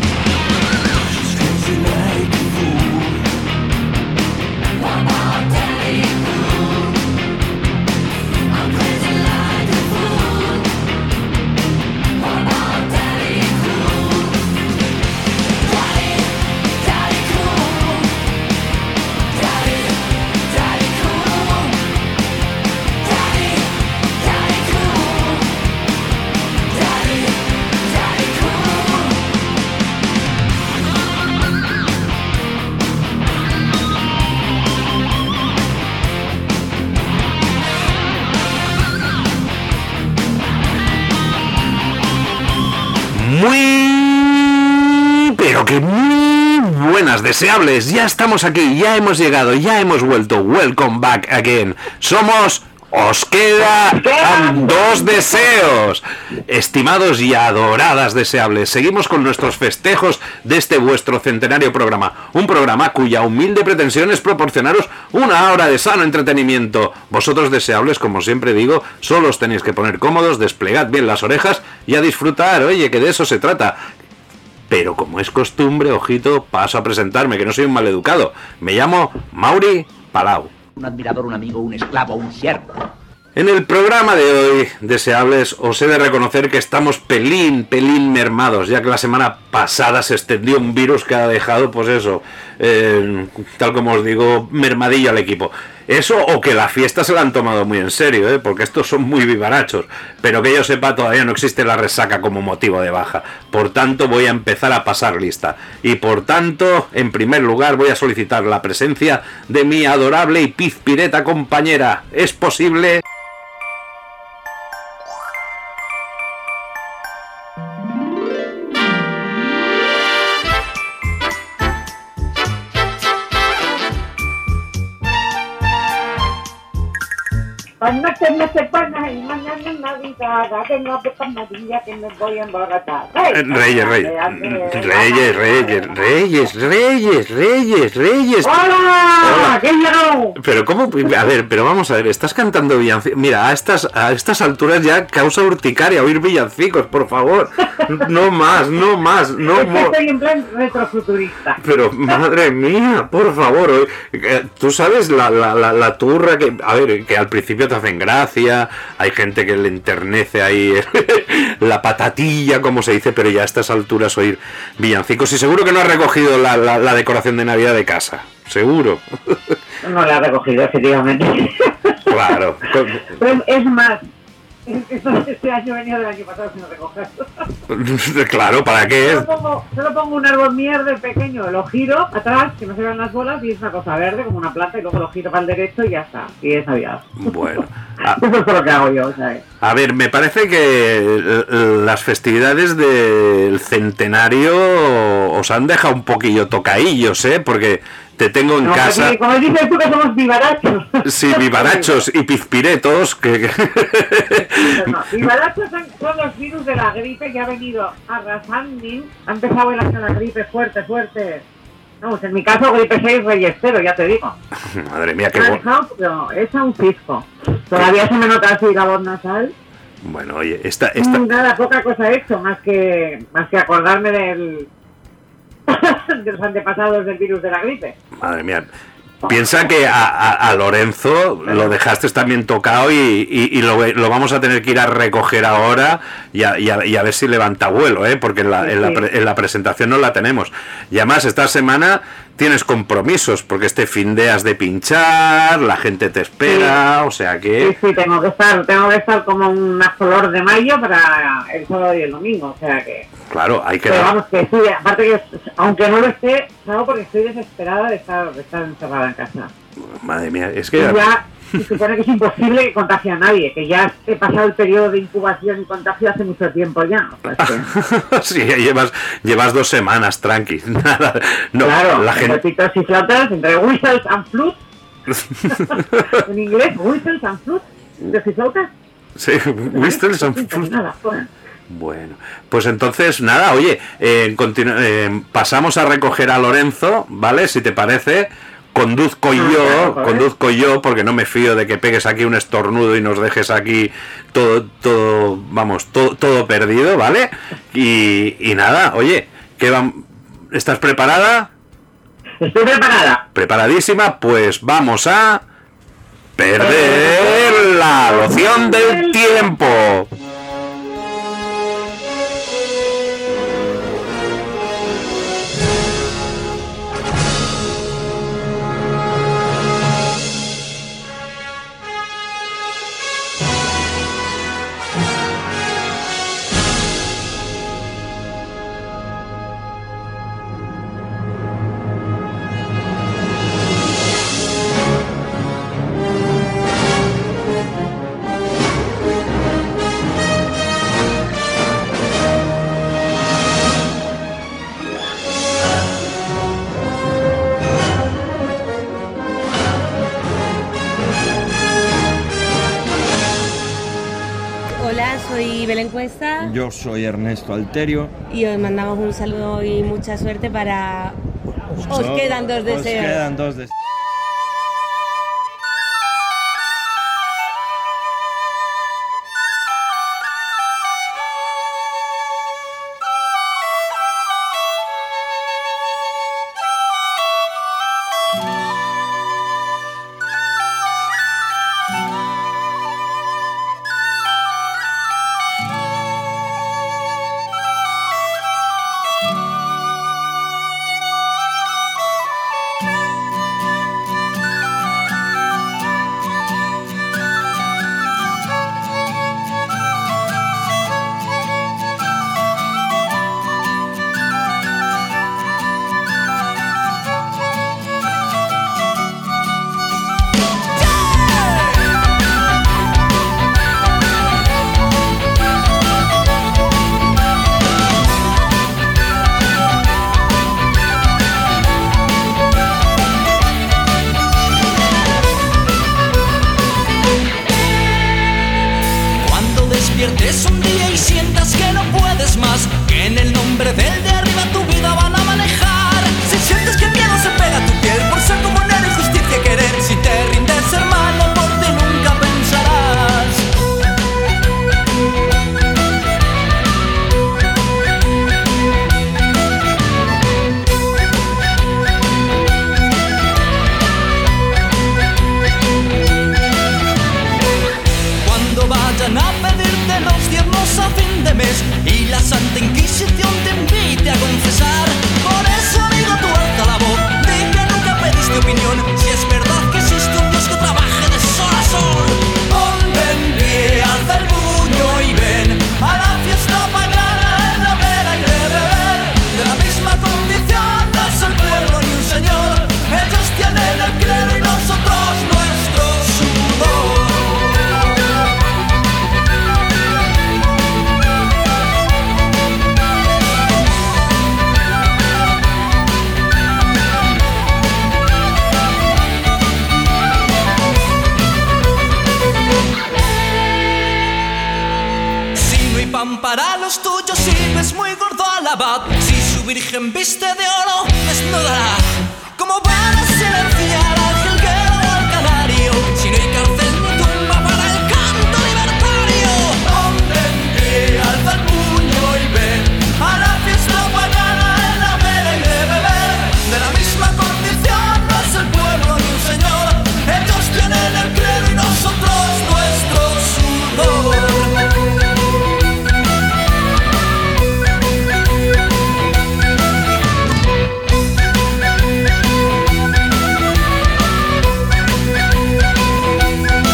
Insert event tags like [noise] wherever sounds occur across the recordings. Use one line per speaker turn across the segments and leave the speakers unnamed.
She's crazy like a fool.
Muy, pero que muy buenas, deseables. Ya estamos aquí, ya hemos llegado, ya hemos vuelto. Welcome back again. Somos. Os quedan dos deseos, estimados y adoradas deseables. Seguimos con nuestros festejos de este vuestro centenario programa. Un programa cuya humilde pretensión es proporcionaros una hora de sano entretenimiento. Vosotros deseables, como siempre digo, solo os tenéis que poner cómodos, desplegad bien las orejas y a disfrutar. Oye, que de eso se trata. Pero como es costumbre, ojito, paso a presentarme, que no soy un maleducado. Me llamo Mauri Palau.
un admirador, un amigo, un esclavo, un siervo.
En el programa de hoy, deseables, os he de reconocer que estamos pelín, pelín mermados, ya que la semana pasada se extendió un virus que ha dejado, pues eso, eh, tal como os digo, mermadillo al equipo. Eso o que la fiesta se la han tomado muy en serio, ¿eh? porque estos son muy vivarachos. Pero que yo sepa, todavía no existe la resaca como motivo de baja. Por tanto, voy a empezar a pasar lista. Y por tanto, en primer lugar, voy a solicitar la presencia de mi adorable y pizpireta compañera. ¿Es posible?
Cuando se me separa y mañana es Navidad, que no toca María, que me voy a embaratar.
Eh, Reyes, Reyes, Mm, Reyes, Reyes, Reyes, Reyes, Reyes, Reyes.
¡Hola! ¿Qué llegó?
Pero cómo, a ver, pero vamos a ver, estás cantando villancicos. Mira, a estas, a estas alturas ya causa urticaria oír villancicos, por favor. No más, no más,
[laughs]
no
Es que
más.
estoy en plan retrofuturista.
Pero madre mía, por favor, oye, eh, tú sabes la, la, la, la turra que, a ver, que al principio te hacen gracia, hay gente que le enternece ahí [laughs] la patatilla, como se dice, pero ya a estas alturas oír villancicos y seguro que no has recogido la, la, la decoración de Navidad de casa, seguro,
No la ha recogido,
[laughs]
efectivamente.
claro. [laughs] Con-
Pero es más, esto de este año venía del año pasado sin recoger.
claro, ¿para qué?
Solo pongo, solo pongo un árbol mierde pequeño, lo giro atrás, que no se vean las bolas, y es una cosa verde como una planta, y luego lo giro para el derecho y ya está. Y es Navidad.
Bueno, Ah, a,
Eso es todo lo que hago yo, ¿sabes?
a ver, me parece que eh, las festividades del centenario os han dejado un poquillo tocaillos, ¿eh? Porque te tengo en
No, pues
casa...
aquí, como dices tú que somos vivarachos.
Sí,
[laughs]
vivarachos y pizpiretos, que, [laughs] que-
No, vivarachos son, son los virus de la gripe que ha venido arrasando. Ha empezado el año la gripe fuerte, fuerte. Vamos, en mi caso gripe 6 reyestero, ya te digo.
Madre mía, Ah, qué
Me ha
bueno.
dejado, pero es a un fisco. Todavía se me nota así la voz nasal.
Bueno, oye, esta, esta,
Nada, poca cosa he hecho, más que, más que acordarme del, [coughs] de los antepasados del virus de la gripe.
madre mía. Piensa que a, a- a Lorenzo lo dejaste también tocado y, y- y lo, lo vamos a tener que ir a recoger ahora y a, y a- y a ver si levanta vuelo, ¿eh? porque en la, en, la pre- en la presentación no la tenemos. Y además esta semana tienes compromisos, porque este fin de has de pinchar, la gente te espera, o sea
Sí,
que...
sí, tengo que estar, tengo que estar como una flor de mayo para el sábado y el domingo, o sea que
Claro, hay que
Pero
dar.
vamos, que estoy, aparte que, aunque no lo esté, salgo porque estoy desesperada de estar, de estar encerrada en casa.
Madre mía, es
Y
que.
ya se supone que es imposible que contagie a nadie, que ya he pasado el periodo de incubación y contagio hace mucho tiempo ya. O sea, es
[laughs]
que-
sí, ya llevas, llevas dos semanas, tranqui. [laughs] Nada. [laughs] No,
claro,
la gente.
pelotitos y flautas entre whistles
[laughs]
and flutes. en inglés, whistles and flutes. ¿De si flautas? Pues
Sí, whistles and flutes.
Nada, bueno.
Bueno, pues entonces nada, oye, eh, continu- eh, pasamos a recoger a Lorenzo, ¿vale? Si te parece, conduzco yo,
claro, joder.
conduzco yo, porque no me fío de que pegues aquí un estornudo y nos dejes aquí todo, todo, vamos, todo, todo perdido, ¿vale? Y, y nada, oye, ¿qué vam- ¿estás preparada?
pues, Estoy preparada.
¿Preparadísima? Pues vamos a perder la loción del tiempo.
Hola, soy Belén Cuesta
Yo soy Ernesto Alterio.
y os mandamos un saludo y mucha suerte para... Os
No,
quedan dos
Os
deseos.
quedan dos deseos.
Cuando despiertes un día y sientas que no puedes más, que en el nombre del de arriba tu vida van a manejar. Si sientes que el miedo se pega a tu piel por ser como no eres justicia y querer, si te rindes hermano, por ti nunca pensarás. Cuando vayan a pedirte los diezmos a fin de mes y la Santa Inquisición te invite a confesar. Por eso amigo tú alza la voz, di que nunca pediste opinión, si es verdad que existe un Dios que trabaje de sol a sol. Ponte en pie, alza el puño y ven a la fiesta pagana en la vera y de beber. De la misma condición no es el pueblo ni un señor, ellos tienen el clero y nosotros nuestro sudor. Si no hay pan para los tuyos, si ves muy gordo al abad, si su virgen viste de oro, desnudará. Como para silenciar al jilguero o al canario, si no hay cárcel ni tumba para el canto libertario. Hombre en pie, alza el puño y ve a la fiesta pagana en la vera y de beber. De la misma condición no es el pueblo ni un señor, ellos tienen el credo y nosotros nuestro sudor.
Thank
pagana.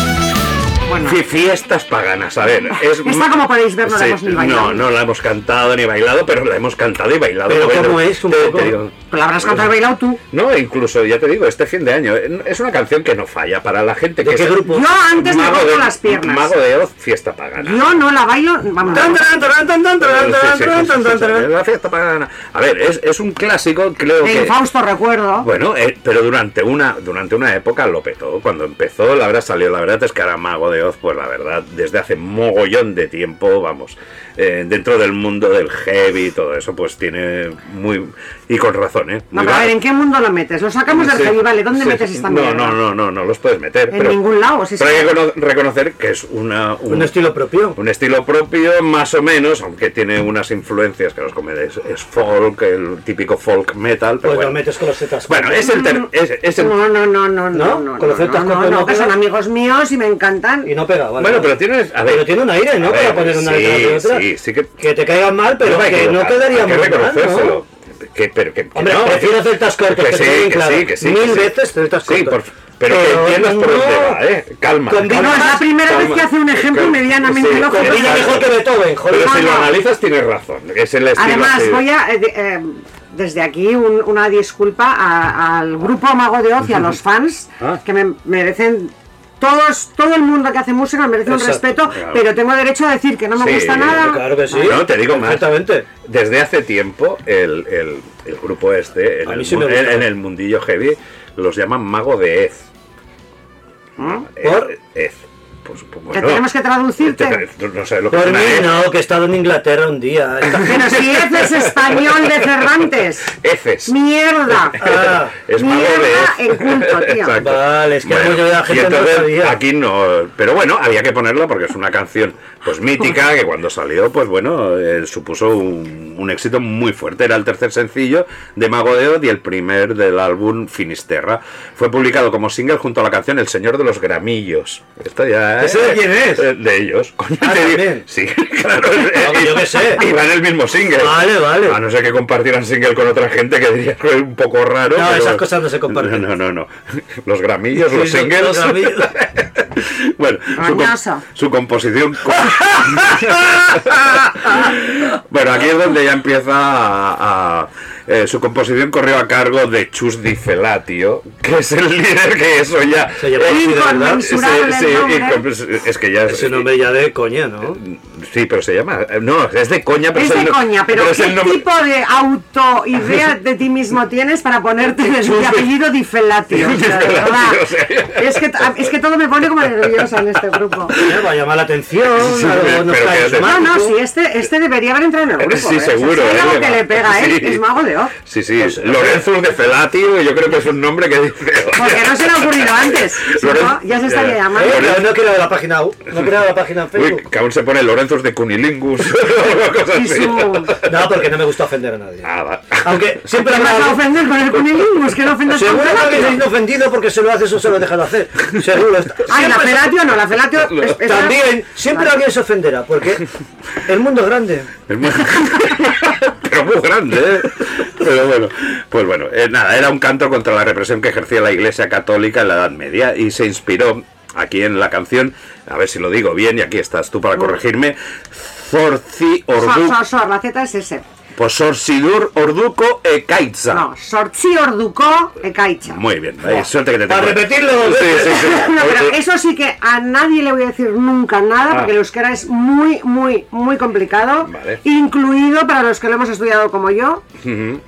Fie- Fiestas paganas, a ver. Es
Esta, como podéis ver, no la hemos ni bailado.
No, no la hemos cantado ni bailado, pero la hemos cantado y bailado.
Pero
Bueno,
¿cómo es? Un
te-
poco.
te digo-
Pues
Pues,
La habrás cantado y bailado tú.
No, incluso, ya te digo, este fin de año. eh, Es una canción que no falla para la gente
¿De
que
qué
es-
grupo?
Yo antes me
pues, Mago
corto
de-
las piernas.
Mago de Oz, fiesta pagana.
Yo no la bailo. Vamos.
Tan, tan, tan, tan, tan, tan,
Sí,
tan,
sí, sí,
tan,
sí,
tan,
sí,
tan,
sí,
tan.
la fiesta pagana. A ver, es, es un clásico, creo que.
En Fausto recuerdo.
Bueno, eh, pero durante una, durante una época lo petó. Cuando empezó, la verdad salió. La verdad es que ahora Mago de Oz, pues la verdad, desde hace mogollón de tiempo, vamos, eh, dentro del mundo del heavy y todo eso, pues tiene muy. Y con razón, ¿eh?
No,
Muy
pero a
va-
ver, ¿en qué mundo lo metes? Lo sacamos del
Sí,
heavy, vale. ¿Dónde
sí,
metes
sí.
esta
no,
mierda?
No, no, no, no los puedes meter.
En ningún lado, si es
pero hay
que-
que cono- reconocer que es una, un,
Un estilo propio.
un estilo propio, más o menos, aunque tiene unas influencias que los comedes. Es folk, el típico folk metal. Pero
Pues lo
bueno.
metes con los setas.
Bueno, es el, ter- es, es el
No, no, no, no, no,
¿No?
no, no,
¿Con los
no,
Celtas
no,
Copa
no,
no
que
queda?
son amigos míos y me encantan.
Y no pega, vale.
Bueno, pero tienes. A ver,
Pero tiene un aire, ¿no?
a
Para
ver,
poner una
sí,
letra de otra.
Sí, sí que.
Que te caigan mal, pero
me
que
equivoco,
no quedaría
hay que
muy mal,
reconocérselo.
¿no?
Que, pero que, que
Hombre,
no,
prefiero
que-
celtas cortos,
que
que
sí,
queden
que
claro.
sí, que sí.
Mil
que sí.
veces celtas
Sí,
cortos.
por- pero que
Pero
entiendas por dónde
no-
va, ¿eh? Calma.
Combina-
calma.
No, es la primera vez
Calma.
que hace un ejemplo
Sí,
medianamente
sí,
lógico.
combina
Brilla mejor que Beethoven, joder.
Pero si
No,
lo
no.
analizas, tienes razón. Es el estilo
Además,
así.
voy a. eh, de- eh, desde aquí, un- una disculpa a- al grupo Mago de Oz y a
[laughs]
los fans
Ah.
que me merecen. Todos, todo el mundo que hace música merece un
Exacto,
respeto,
claro.
pero tengo derecho a decir que no me
Sí,
gusta nada.
Ah, Claro que sí.
No, te digo más.
Exactamente.
Desde hace tiempo, el, el- el grupo este, en
A
el,
mí sí
mu-
me gusta.
en- en el mundillo heavy, los llaman Mago de Ez. Ez-
¿Mm? ¿Por?
Ez. Pues, pues,
Que
bueno.
tenemos que traducirte.
Te- No sé lo que es
Por
una
mí
Ez.
no, que he estado en Inglaterra un día.
Pero
[laughs]
si es español de Cervantes.
Eces.
¡Mierda!
Ah,
es mago
Mierda
de Ez.
en culto, tío.
Exacto.
Vale, es que hemos llevado a gente
y
que no
entonces,
sabía.
Aquí no, pero bueno, había que ponerla porque es una canción pues mítica que cuando salió, pues bueno, eh, supuso un, un éxito muy fuerte. Era el tercer sencillo de Mago de Oz y el primer del álbum Finisterra. Fue publicado como single junto a la canción El Señor de los Gramillos. Esto ya.
¿Ese de quién es?
eh, De ellos. Coño,
Ah,
te digo-
también.
Sí, [laughs] claro.
Hombre, yo qué sé.
[laughs] Y va en el mismo single.
Vale, vale.
A no ser que compartieran single con otra gente que diría que es un poco raro.
No,
pero-
esas cosas no se comparten.
No, no, no. no. Los gramillos,
Sí,
los
los-
singles.
los gramillos.
[laughs] bueno, su, com-
Mañoso.
su
[laughs]
composición. co- bueno, aquí es donde ya empieza a. a- eh, su composición corrió a cargo de Chus Di Felatio, que es el líder que eso ya.
Se llevó
Eh,
así, de verdad.
sí,
Inconmensurable
sí,
el nombre.
incompres- es que ya
Ese nombre ya de coña, ¿no?
Eh, Sí, pero se llama. eh, No, es de coña, pero
Es
el
de
no-
coña, pero,
es
¿qué
el nombre-
tipo de autoidea de ti mismo tienes para ponerte el apellido difelatio? O sea, de
Difelatio,
verdad.
o sea.
es, que, es que todo me pone como nerviosa en este grupo.
Eh, Va a llamar la atención,
Sí,
algo
pero-
nos
pero
cae
que-
en su
No,
mano.
no, sí, este, este debería haber entrado en el grupo.
sí,
¿eh? O sea,
seguro.
si hay
¿eh?
algo que le pega, ¿eh?
Sí.
Es mago de Oz.
Sí, sí. Lorenzo de Felatio, yo creo que es un nombre que dice. [laughs]
Porque no se le ha ocurrido antes. Si
Lorenzo-
no, ya se estaría
ya.
llamando.
Eh, no, no he creado la página, no he creado la página en
Uy,
Facebook.
que aún se pone Lorenzo de Cunilingus. [laughs] o cosas
Y
así.
su.
No, porque no me gusta ofender a nadie.
Ah, va.
Aunque siempre
Pero vas a
habrá
ofender [laughs] con el cunilingus, que no ofendas con
Seguro que
felatio.
habéis ofendido porque se lo haces o se lo dejas de
[laughs]
hacer. Seguro.
Ay, la
Siempre-
felatio no, la felatio. es- es-
También, siempre alguien se ofenderá porque el mundo
[laughs]
es grande.
Es muy- [laughs] Pero muy grande, ¿eh? Pero bueno, pues bueno, eh, nada, era un canto contra la represión que ejercía la Iglesia Católica en la Edad Media y se inspiró aquí en la canción, a ver si lo digo bien, y aquí estás tú
Mm.
para corregirme, Zorzi
Sor,
Ordu, pues
sor, sor, la Z es ese.
Posorsidur Orduco e Kaitza.
No, sortzi orduko e ekaitza.
Muy bien, eh, suerte que te
Para
tengo.
repetirlo dos
Sí, sí,
veces.
sí.
[laughs] No, pero eso sí que a nadie le voy a decir nunca nada,
Ah.
porque el euskera es muy, muy, muy complicado.
Vale.
Incluido para los que lo hemos estudiado como yo,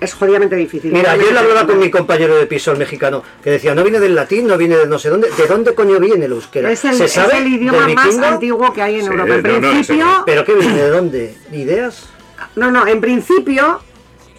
es jodidamente difícil.
Mira, yo lo
Realmente
hablaba con mi
difícil.
compañero de piso, el mexicano, que decía, no viene del latín, no viene de no sé dónde. ¿De dónde coño viene el euskera?
Es el,
¿Se
es
sabe?
el
¿Del
idioma más
vikingo?
antiguo que hay en
Sí,
Europa. En
no, no, es
principio, no,
¿Pero qué viene? ¿De dónde? ¿Ni ¿Ideas?
no, en principio,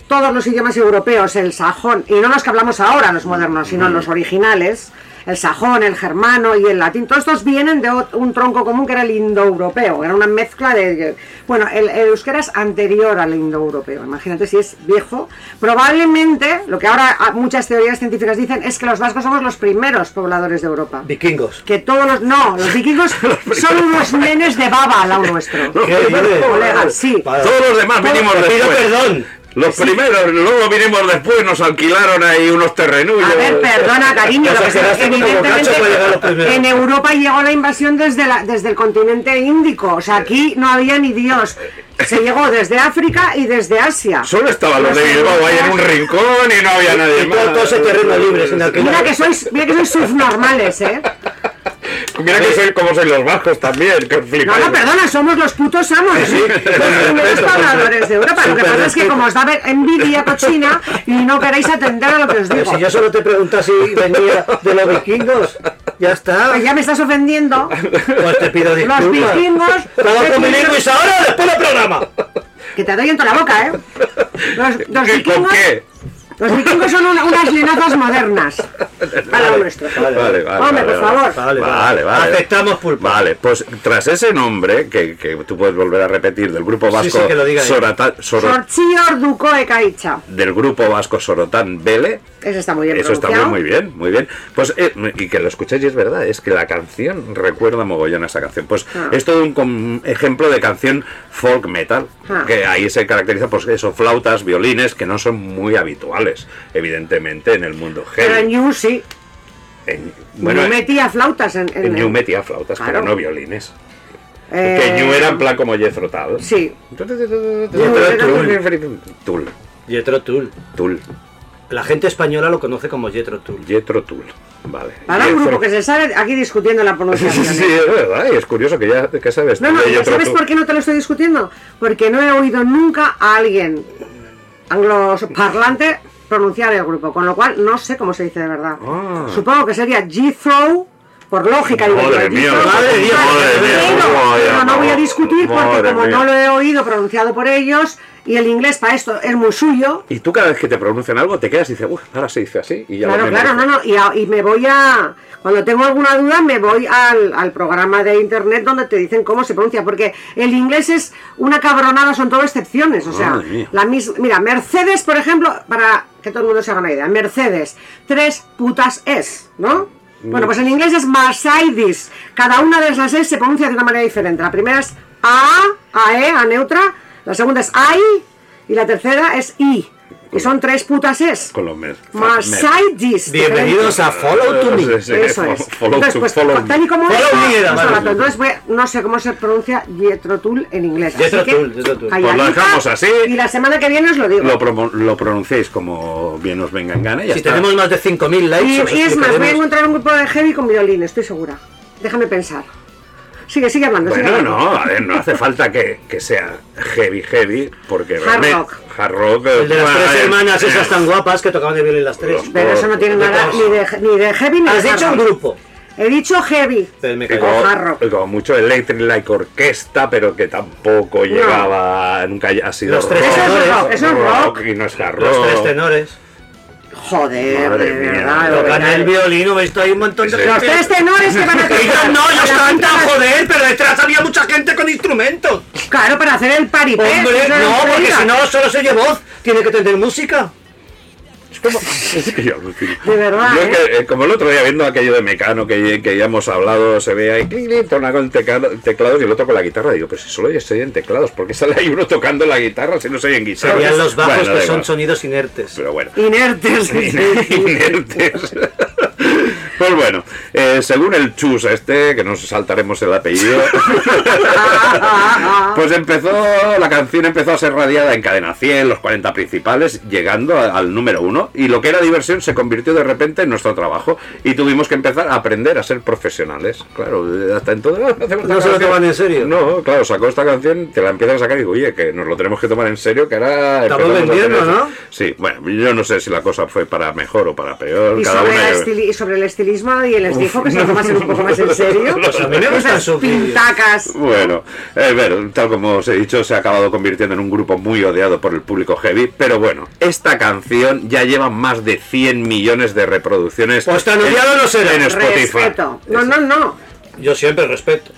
todos los idiomas europeos, el sajón, y no los que hablamos ahora, los modernos, sino los originales, el sajón, el germano y el latín, todos estos vienen de ot- un tronco común que era el indoeuropeo, era una mezcla de... Bueno, el, el euskera es anterior al indoeuropeo, imagínate si es viejo. Probablemente, lo que ahora ah, muchas teorías científicas dicen, es que los vascos somos los primeros pobladores de Europa.
Vikingos.
Que todos los. No, los vikingos son unos nenes de baba al lado nuestro.
¿Qué dices?
Colega, sí.
Vale.
Todos los demás venimos
Te pido
después.
perdón.
Los primeros, luego vinimos después, nos alquilaron ahí unos terrenos.
A ver,
[laughs]
perdona, cariño,
O sea,
lo que
que
pasa
nace
es que
como bocacho para llegar a los
evidentemente
primeros.
en Europa llegó la invasión desde, la- desde el continente índico. O sea, aquí no había ni Dios. Se llegó desde África y desde Asia.
Solo estaban los de
Los
Bilbao ahí en un
europeos-
rincón y no había nadie
Y todo-
más.
todo ese terreno libre, sin alquiler.
Mira que sois, mira que sois subnormales, ¿eh?
Mira que soy como soy los vascos también, que
No,
flipáis.
no, perdona, somos los putos amos. Los primeros pobladores de Europa. Lo que
Súper
pasa es que
respeto.
como os da ve- envidia cochina y no queréis atender a lo que os
Pero
digo.
si yo solo te preguntaba si venía de los vikingos, ya está.
[laughs] Pues ya me estás ofendiendo.
Pues te pido disculpas.
Los vikingos.
Todo con bilingües ahora o después del programa.
Que te doy en toda la boca, ¿eh? Los, los
¿Qué- ¿Con
vikingos.
qué?
Los vikingos son una- unas lenazas modernas. Para lo nuestro.
Vale, vale. vale,
Hombre,
vale.
por favor.
Vale,
Vale,
vale.
vale.
Aceptamos pulpa.
Vale, pues tras ese nombre, que, que tú puedes volver a repetir, del grupo vasco
sí, que lo diga él.
Sorata- Soro-
Sorchior ducoe caicha.
del grupo vasco Sorotán Vele,
e Ese está muy bien
eso está muy,
pronunciado.
muy bien, muy bien. Pues eh, y que lo escuchéis y es verdad, es que la canción recuerda mogollón a esa canción. Pues
Ah.
es todo un com- ejemplo de canción folk metal,
Ah.
que ahí se caracteriza por eso, flautas, violines, que no son muy habituales, evidentemente, en el mundo
Pero en
heavy.
You sí.
En- bueno,
yo
en-
metía flautas en. en-
en New metía flautas,
Claro.
pero no violines.
eh,
Que Ñu era en plan como Jethro Tull.
Sí.
Tull.
Jethro Tull.
Tull.
La gente española lo conoce como Jethro Tull.
Jethro Tull. Vale.
Para un
Jethro-
grupo que se sabe aquí discutiendo la
Sí,
pronunciación.
eh, [laughs]
¿eh?
sí, sí, es verdad. Y es curioso que ya que sabes.
No, no,
tú de
¿y
Jethro
¿sabes
Tull.
por qué no te lo estoy discutiendo? Porque no he oído nunca a alguien angloparlante pronunciar el grupo, con lo cual no sé cómo se dice de verdad.
Ah.
Supongo que sería Jethro, por lógica. digo yo,
Madre mía,
Jethro,
madre mía,
vale,
madre mía,
pero-
madre
pero no voy
mía.
a discutir porque
Madre
como
mía.
no lo he oído pronunciado por ellos y el inglés para esto es muy suyo.
Y tú cada vez que te pronuncian algo te quedas y dices, uff, ahora se dice así. Y ya
Claro,
lo
claro, no,
memorizo".
no, y, a- y me voy a... Cuando tengo alguna duda me voy al, al programa de internet donde te dicen cómo se pronuncia, porque el inglés es una cabronada, son todo excepciones, o sea,
Madre mía.
la mis, mira, Mercedes, por ejemplo, para que todo el mundo se haga una idea, Mercedes, tres putas es, ¿no? Bueno, pues en inglés es Mercedes, cada una de las es se pronuncia de una manera diferente, la primera es A, AE, a neutra, la segunda es I y la tercera es I, y son tres putas es.
Con los mer.
Mercedes.
Bienvenidos a Follow to Me.
Sí,
Eso
fo-
es.
follow
Entonces,
to-
pues,
follow me.
tal y como
Follow
está,
me era,
nos
vale.
abato. Entonces, voy- no sé cómo se pronuncia Jethro Tull en inglés. Así
Jethro
que,
Tull, Jethro Tull.
ahí
Pues lo
ahí está.
dejamos así.
Y la semana que viene os lo digo.
Lo, promo- lo pronunciéis como bien os venga en gana. y ya
Si
está.
tenemos más de 5.000 likes,
y,
os
y es más, voy a
explicaremos.
encontrar un grupo de heavy con violín, estoy segura. Déjame pensar. Sigue, sigue hablando. sigue
Bueno,
hablando.
no, a ver, no hace falta que, que sea heavy, heavy, porque
Hard
realmente-
rock.
hard rock, eh,
El de las
bueno,
tres
eh,
hermanas,
eh,
esas tan guapas que tocaban de violín las tres.
Pero eso no tiene
Pues,
De
nada
cosas.
ni de, ni de heavy ni
Has
de hard
dicho un
rock.
grupo.
He dicho heavy.
Pero me
y
callo.
como,
hard rock.
y como mucho Electric Like Orquesta, pero que tampoco llegaba, nunca ha sido
Los tres
rock,
Eso es rock,
eso es rock.
y no es hard
Los
rock. [laughs]
tres tenores.
Joder,
Madre
de
mía,
verdad. de
Tocan
verdad.
el violín, ¿veis? Hay un montón de...
Sí.
eh. Los tres tenores
[laughs]
que van a
Ellos
tocar.
no, ellos
La
cantan,
puta-
joder, pero detrás había mucha gente con instrumentos.
Claro, para hacer el paripé.
Hombre,
eso es
no, porque
mentira.
si no solo se oye voz, tiene que tener música.
Es que yo alucino.
De verdad,
Yo
¿eh?
que, eh, como el otro día viendo aquello de Mecano que, que ya hemos hablado, se ve ahí clic, clic, torna con teclado- teclados y el otro con la guitarra. Digo, pero si solo yo estoy en teclados, porque sale ahí uno tocando la guitarra si no soy en guitarra?
Habían los bajos
Bueno, da
que son
igual.
sonidos inertes.
Pero bueno.
[laughs]
Inertes.
Inertes. [laughs] Pues bueno, eh, según el chus este, que nos saltaremos el apellido, pues empezó, la canción empezó a ser radiada en cadena 100, los 40 principales, llegando a- al número uno, y lo que era diversión se convirtió de repente en nuestro trabajo, y tuvimos que empezar a aprender a ser profesionales. Claro, eh, hasta entonces... "Ah, hacemos esta
No se lo
canción".
toman en serio.
No, claro, sacó esta canción, te la empiezan a sacar y digo, oye, que nos lo tenemos que tomar en serio, que ahora...
Estamos
empezamos a tener
vendiendo,
eso".
¿no?
Sí, bueno, yo no sé si la cosa fue para mejor o para peor.
Y
cada
sobre,
uno
la
ya-
estili- y sobre el estilismo y el estilismo que se lo tomasen un poco más en serio.
[laughs] Pues a mí me gustan
Esas
sus vídeos.
pintacas.
Bueno, eh, ver, tal como os he dicho, se ha acabado convirtiendo en un grupo muy odiado por el público heavy, pero bueno, esta canción ya lleva más de 100 millones de reproducciones.
Pues tan
en-
odiado no será.
En Spotify.
Respeto. No, no, no.
Yo siempre respeto.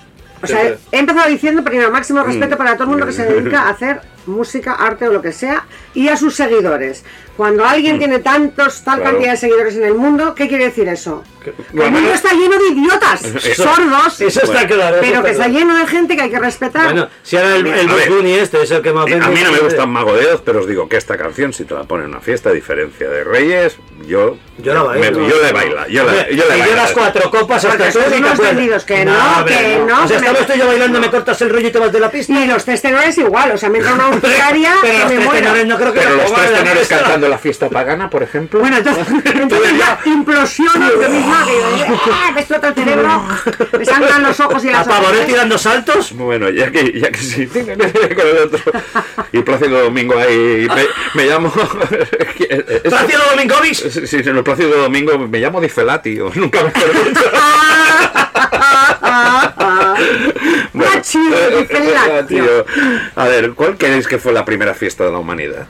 O sea, he empezado diciendo primero máximo respeto para todo el mundo que se dedica
Mm.
a hacer música, arte o lo que sea y a sus seguidores. Cuando alguien
Mm.
tiene tantos, tal
Claro.
cantidad de seguidores en el mundo, ¿qué quiere decir eso?
Que-
Que el mundo está lleno de idiotas,
Eso-
sordos,
Eso está claro. eso
pero que está
claro.
lleno de gente que hay que respetar.
Bueno, si ahora el, el
A ver.
Bugs Bunny este es el que más
Eh,
vende.
A mí no me gusta Mago de Oz, pero os digo que esta canción, si te la ponen en una fiesta, a diferencia de Reyes, yo.
Yo la bailo.
me- yo la baila. Yo la,
Hombre,
yo la
que
bailo.
llevas cuatro copas hasta
Porque
tú
son
y te
unos
acuerdas.
vendidos, que no,
hombre,
que no,
O sea,
que
estamos
me-
tú y Pues yo bailando, me cortas el rollo y te vas de la pista.
Y los tres tenores igual, o sea, me entra una
[laughs]
urticaria
pero
que
los
me
tres
muero.
tenores no creo que
Pero
la
los
coman
tres
en la
tenores
fiesta.
cantando la fiesta pagana, por ejemplo.
Pues Bueno,
[laughs]
entonces, entonces ya implosiono yo misma, que yo, ¡ah! me explota el cerebro, me sangran los ojos y
A
las
Pavonetti
orejas.
dando saltos.
Bueno, ya que, ya que sí, [laughs] tiene que ver con el otro. Y Plácido Domingo ahí. Me, me llamo. [laughs]
Plácido Domingovis.
Sí, sí, no, Plácido Domingo, me llamo Difelati, o [laughs] nunca me pregunto.
[laughs] Qué chido, Difelati.
eh, tío. A ver, ¿cuál creéis que fue la primera fiesta de la humanidad?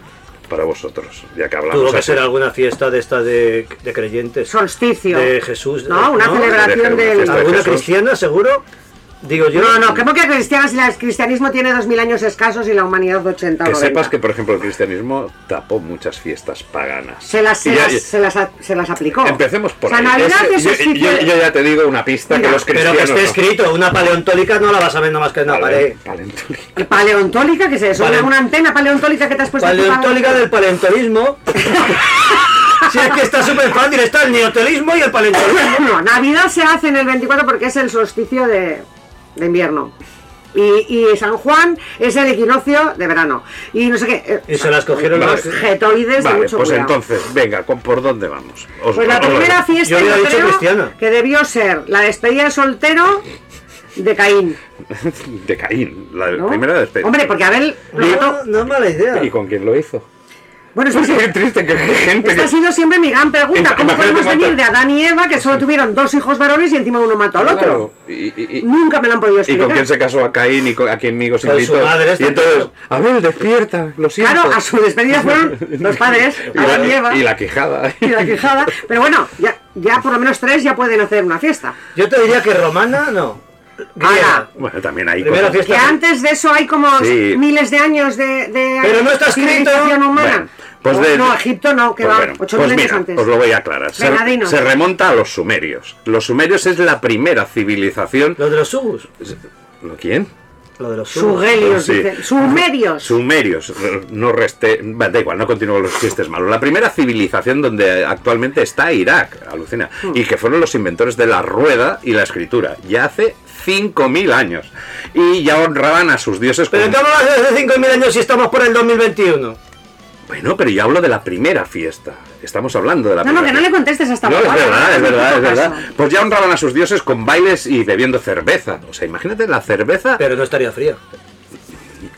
Para vosotros, ya que hablamos.
Tuvo que
así.
ser alguna fiesta de esta de, de creyentes.
[laughs] Solsticio.
De Jesús. eh,
No, una celebración
de- de-
del...
de- de-
¿Alguna
Jesús.
cristiana, seguro? Digo yo.
No, no, creo que cristianas y el cristianismo tiene 2000 años escasos y la humanidad 80 o
Que
90.
sepas que, por ejemplo, el cristianismo tapó muchas fiestas paganas.
se las, se,
Y ya-
las, se, las, a- se las aplicó.
Empecemos por
o sea,
ahí.
Navidad
Ese-
es
yo, yo-
solsticio-
yo ya te digo una pista
Mira,
que los
Pero
cristianos.
que esté
no.
escrito, una paleontólica no la vas a ver nomás que en una pared.
Vale, paleontólico.
Paleontólica, que se
Pale-
sube una antena paleontólica que te has puesto aquí para-
Paleontólica del paleontolismo.
[laughs]
si es que está súper fácil, está el neotelismo y el paleontolismo.
No, Navidad se hace en el 24 porque es el solsticio de, de invierno. Y, y San Juan es el equinoccio de verano. Y no sé qué. eh,
Y se las cogieron
los
los.
jetoides de
Vale, pues
mucho cuidado.
entonces, venga, ¿con- ¿por dónde vamos? Os-
Pues la
os lo
primera
digo.
fiesta
Yo
yo,
hubiera dicho
creo
cristiana.
que debió ser la despedida de soltero de Caín.
[laughs] De Caín, la
¿no?
primera despedida.
Hombre, porque Abel lo mató.
No, no es mala idea.
¿Y con quién lo [laughs] hizo?
Bueno, eso sí,
Qué triste que hay gente
Esta ha
que...
sido siempre mi gran pregunta.
Ima-
¿Cómo
imagínate
podemos
cuánto-
venir de Adán y Eva, que solo tuvieron dos hijos varones y encima uno mató al otro?
Claro, y- y- y-
Nunca me lo han podido
¿Y con
explicar.
quién se casó a Caín y con- a quién Migos
Con su
invitó?
madre, está
y entonces,
claro.
a ver, despierta, lo siento.
Claro, a su
[laughs]
despedida fueron los padres,
Y
Adán y Eva.
la, y la quijada.
[laughs] y la
[laughs]
quijada. Pero bueno, ya, ya por lo menos tres ya pueden hacer una fiesta.
Yo te diría que romana, no.
Ahora,
Bueno, también hay
Primera
cosas-
fiesta.
que antes de eso hay como
Sí.
miles de años de, de
Pero no está escrito.
civilización
Bueno,
humana.
pues
no,
de-
no, Egipto no, que
Pues
va
bueno,
8.000
pues
años
mira,
antes.
Os lo voy a aclarar. Se,
Venga, dinos.
se remonta a los sumerios. Los sumerios es la primera civilización.
Lo de los subus.
¿Lo quién?
Lo de los subus.
Sugelios,
Sí.
dicen. Sumerios.
Sumerios. No resté. va, Da igual, no continúo con los chistes malos. La primera civilización donde actualmente está Irak, alucina. Y que fueron los inventores de la rueda y la escritura. Ya hace 5.000 años. Y ya honraban a sus dioses
Pero
con-
¿cómo vas desde 5.000 años si estamos por el 2021?
Bueno, pero yo hablo de la primera fiesta. Estamos hablando de la
No, no,
primera
que no
fiesta.
le contestes hasta
No, es
ahora,
verdad,
no
es
le
verdad, es
hagas
verdad.
caso.
Pues ya honraban a sus dioses con bailes y bebiendo cerveza. O sea, imagínate la cerveza.
Pero no estaría fría.
o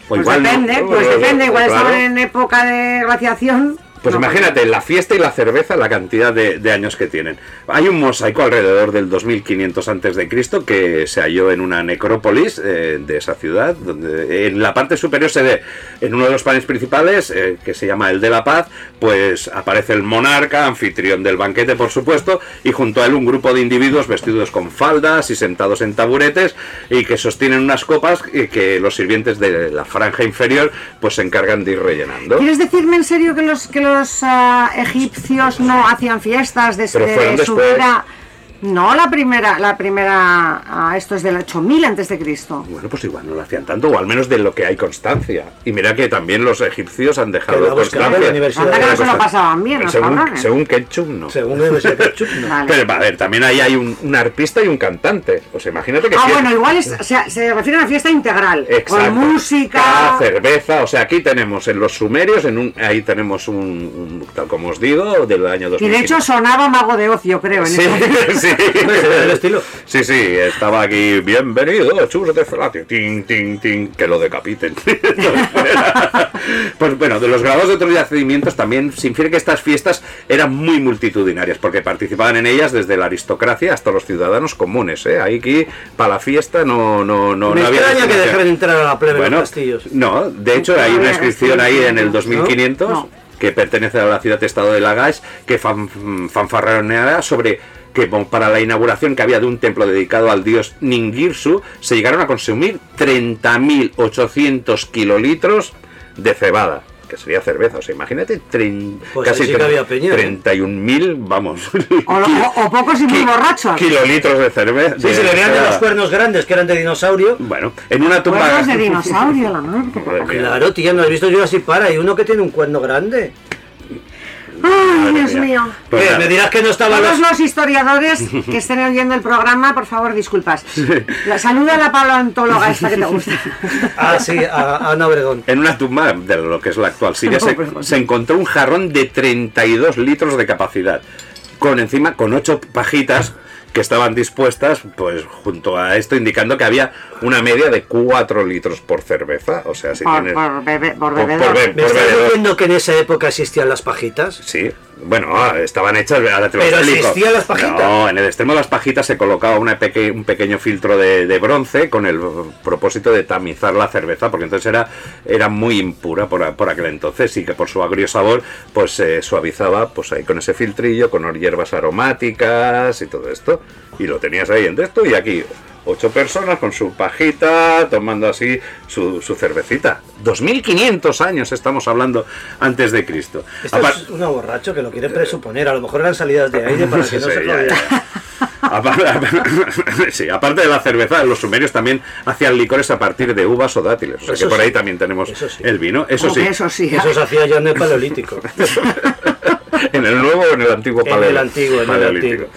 Pues
igual no.
depende, pues depende, igual
Claro.
estaban en época de glaciación.
Pues
No,
imagínate, la fiesta y la cerveza, la cantidad de, de años que tienen. Hay un mosaico alrededor del 2500 antes de Cristo que se halló en una necrópolis eh, de esa ciudad, donde en la parte superior se ve, en uno de los paneles principales, eh, que se llama el de la paz, pues aparece el monarca, anfitrión del banquete, por supuesto, y junto a él un grupo de individuos vestidos con faldas y sentados en taburetes y que sostienen unas copas y que los sirvientes de la franja inferior pues se encargan de ir rellenando.
¿Quieres decirme en serio que los que los ah, egipcios no hacían fiestas de,
Pero
de
fueron
su
después.
vida? No, la primera, la primera, ah, esto es del 8000 antes de Cristo.
Bueno, pues igual no lo hacían tanto, o al menos de lo que hay constancia. Y mira que también los egipcios han
Que
dejado
la
constancia.
buscaban en la universidad.
Anda que no se lo
Constancia.
pasaban bien, los
según,
cabrones.
según Ketchum, no.
Según el
[laughs]
Universidad de Chup, no.
Vale.
Pero a ver, también ahí hay un, un arpista y un cantante. O sea, imagínate que...
ah,
si-
bueno, igual es- o sea, se refiere a una fiesta integral.
Exacto.
Con música.
Ah, cerveza. O sea, aquí tenemos en los sumerios, en un, ahí tenemos un, un- tal como os digo, del año 2000.
Y de hecho sonaba Mago de Ocio, creo. En
Sí,
ese-
sí.
Ese es el estilo.
Sí, sí, estaba aquí, bienvenido, chus de felatio, tin, tin, tin, que lo decapiten. pues bueno, de los grabados de otros yacimientos también se infiere que estas fiestas eran muy multitudinarias, porque participaban en ellas desde la aristocracia hasta los ciudadanos comunes, ¿eh? Ahí que para la fiesta no, no, no,
Me
no había...
extraña que
distinción.
dejaran entrar a la plebe en los castillos.
No, de hecho hay una inscripción ahí en el 2500
No.
que pertenece a la ciudad-estado de Lagash que fan- fanfarroneaba sobre que bueno, para la inauguración que había de un templo dedicado al dios Ningirsu, se llegaron a consumir 30.800 kilolitros de cebada, que sería cerveza, o sea, imagínate, trein-
Pues ahí sí que
tre-
había peña, ¿eh?
31.000, vamos,
[laughs] O, o- o pocos y muy
ki-
borrachos.
kilolitros de cerveza.
Sí, se le veían de
cebada.
los cuernos grandes, que eran de dinosaurio.
Bueno, en una tumba...
Cuernos de ¿eh? dinosaurio, la madre.
Madre mía.
Claro, tía, no he visto yo así para. Hay uno que tiene un cuerno grande.
Ay,
Madre
Dios
mía.
mío.
Pues
¿Qué?
nada.
me dirás que no estaba
Todos
los...
[laughs]
los historiadores que estén oyendo el programa, por favor, disculpas. La, saluda a la paleontóloga esta que te gusta. [laughs]
Ah, sí, a, a Ana Obregón.
En una tumba de lo que es la actual Siria
No, pues,
se,
pero-
se encontró un jarrón de 32 litros de capacidad, con encima con ocho pajitas que estaban dispuestas, pues junto a esto indicando que había una media de 4 litros por cerveza, o sea, si
Por,
tienes
por, bebe- por
por- por
bebedor.
be-
¿Me
por
estás
bebedor.
diciendo que en esa época existían las pajitas?
Pues Sí, bueno, ah, estaban hechas, ahora te lo
Pero
explico.
existían las pajitas.
No, en el extremo de las pajitas se colocaba una peque- un pequeño filtro de, de bronce con el propósito de tamizar la cerveza, porque entonces era, era muy impura por, a- por aquel entonces y que por su agrio sabor pues se suavizaba pues ahí con ese filtrillo, con hierbas aromáticas y todo esto. Y lo tenías ahí en esto y aquí ocho personas con su pajita, tomando así su, su cervecita. 2.500 años estamos hablando antes de Cristo.
Esto
Apar-
es un borracho que lo quiere presuponer. A lo mejor eran salidas de aire para que
[laughs]
no
Sí,
se
ya,
jodiera.
ya. Apar- sí, aparte de la cerveza, los sumerios también hacían licores a partir de uvas o dátiles. O sea
Eso
que por
sí.
ahí también tenemos
Eso sí.
el vino. Eso
Como
sí.
que Eso [laughs] sí. ¿eh?
Eso se hacía ya en el
[laughs]
paleolítico.
¿En el nuevo o en el antiguo
En
paleo-
el antiguo, en el antiguo.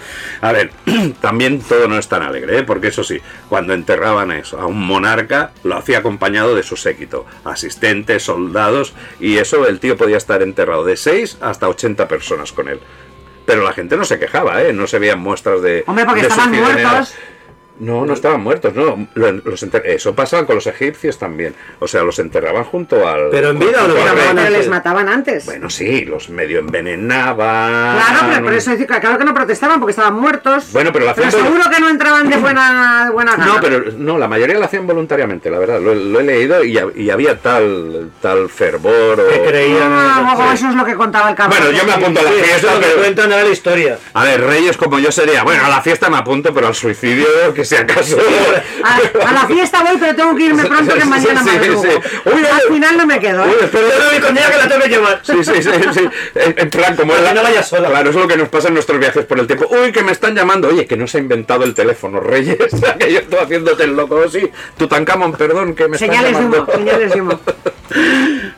A ver, [clears throat] también todo no es tan alegre, ¿eh? porque eso sí, cuando enterraban a, eso, a un monarca, lo hacía acompañado de su séquito, asistentes, soldados, y eso el tío podía estar enterrado de 6 hasta 80 personas con él. Pero la gente no se quejaba, ¿eh? no se veían muestras de.
Hombre, porque
de
estaban
suicidio ni nada.
muertos.
No, no estaban muertos, no. Lo- Los enter- Eso pasaba con los egipcios también. O sea, los enterraban junto al.
Pero en vida o
junto
los
al
mataban
rey.
Pero
antes.
les mataban antes.
Bueno, sí, los medio envenenaban.
Claro, pero por eso decir que claro que no protestaban porque estaban muertos.
Bueno, pero la gente-
seguro que no entraban de buena, de buena gana.
No, pero no, la mayoría lo hacían voluntariamente, la verdad. Lo, lo he leído y, ha- y había tal, tal fervor. o-
Que creían...
Ah, guau,
Sí.
eso es lo que contaba el cabrón.
Bueno, yo me apunto a la
Sí, eso
fiesta,
es lo que
pero-
cuentan ahora la historia.
A ver, reyes como yo sería. Bueno, a la fiesta me apunto, pero al suicidio, que si acaso.
Ah, A, a la fiesta voy, pero tengo que irme pronto que
[laughs]
mañana
Sí, sí,
madrugo.
sí. Uy,
Al
uy.
final no me quedo. ¿eh?
Uy, espera,
Pero no voy con ella que la tengo que llevar.
Sí, sí, sí, sí. En en plan, como
Para
es
que
la-
no vaya sola.
Claro, es lo que nos pasa en nuestros viajes por el tiempo. Uy, que me están llamando. Oye, que no se ha inventado el teléfono, Reyes. [laughs] que yo estoy haciéndote el loco. Oh, Sí, Tutankamón, perdón, que me están
Señales de humo,
llamando.
señales de humo.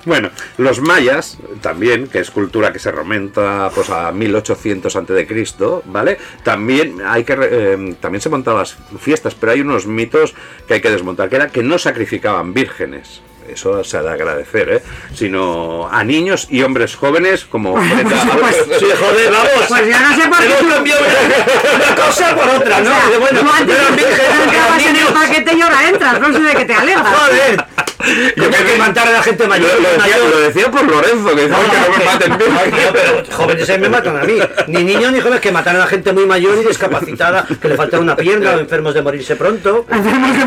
Bueno, los mayas también, que es cultura que se remonta pues a 1800 antes de Cristo, ¿vale? También hay que re- eh, también se montaban las fiestas, pero hay unos mitos que hay que desmontar, que era que no sacrificaban vírgenes. Eso se ha de agradecer, ¿eh? Sino a niños y hombres jóvenes como ofrenda-
Sí, joder, vamos.
Pues yo no sé por qué
Hemos
tú-
cambiado una, una cosa por otra,
O
¿no?
sea,
Dice, bueno,
tú antes
eran vírgenes, eran
entrabas en el
niños.
paquete y ahora entras, no sé de qué te alegras.
Joder.
Yo
Yo
que
que matar a la gente
Lo,
mayor.
lo decía, lo decía por Lorenzo, que dice
No,
"Ay, que no me
hombre.
maten
Tío, pero jóvenes se me matan a mí. Ni niños ni jóvenes que matan a la gente muy mayor y discapacitada, que le falta una pierna o enfermos de morirse pronto.
Enfermos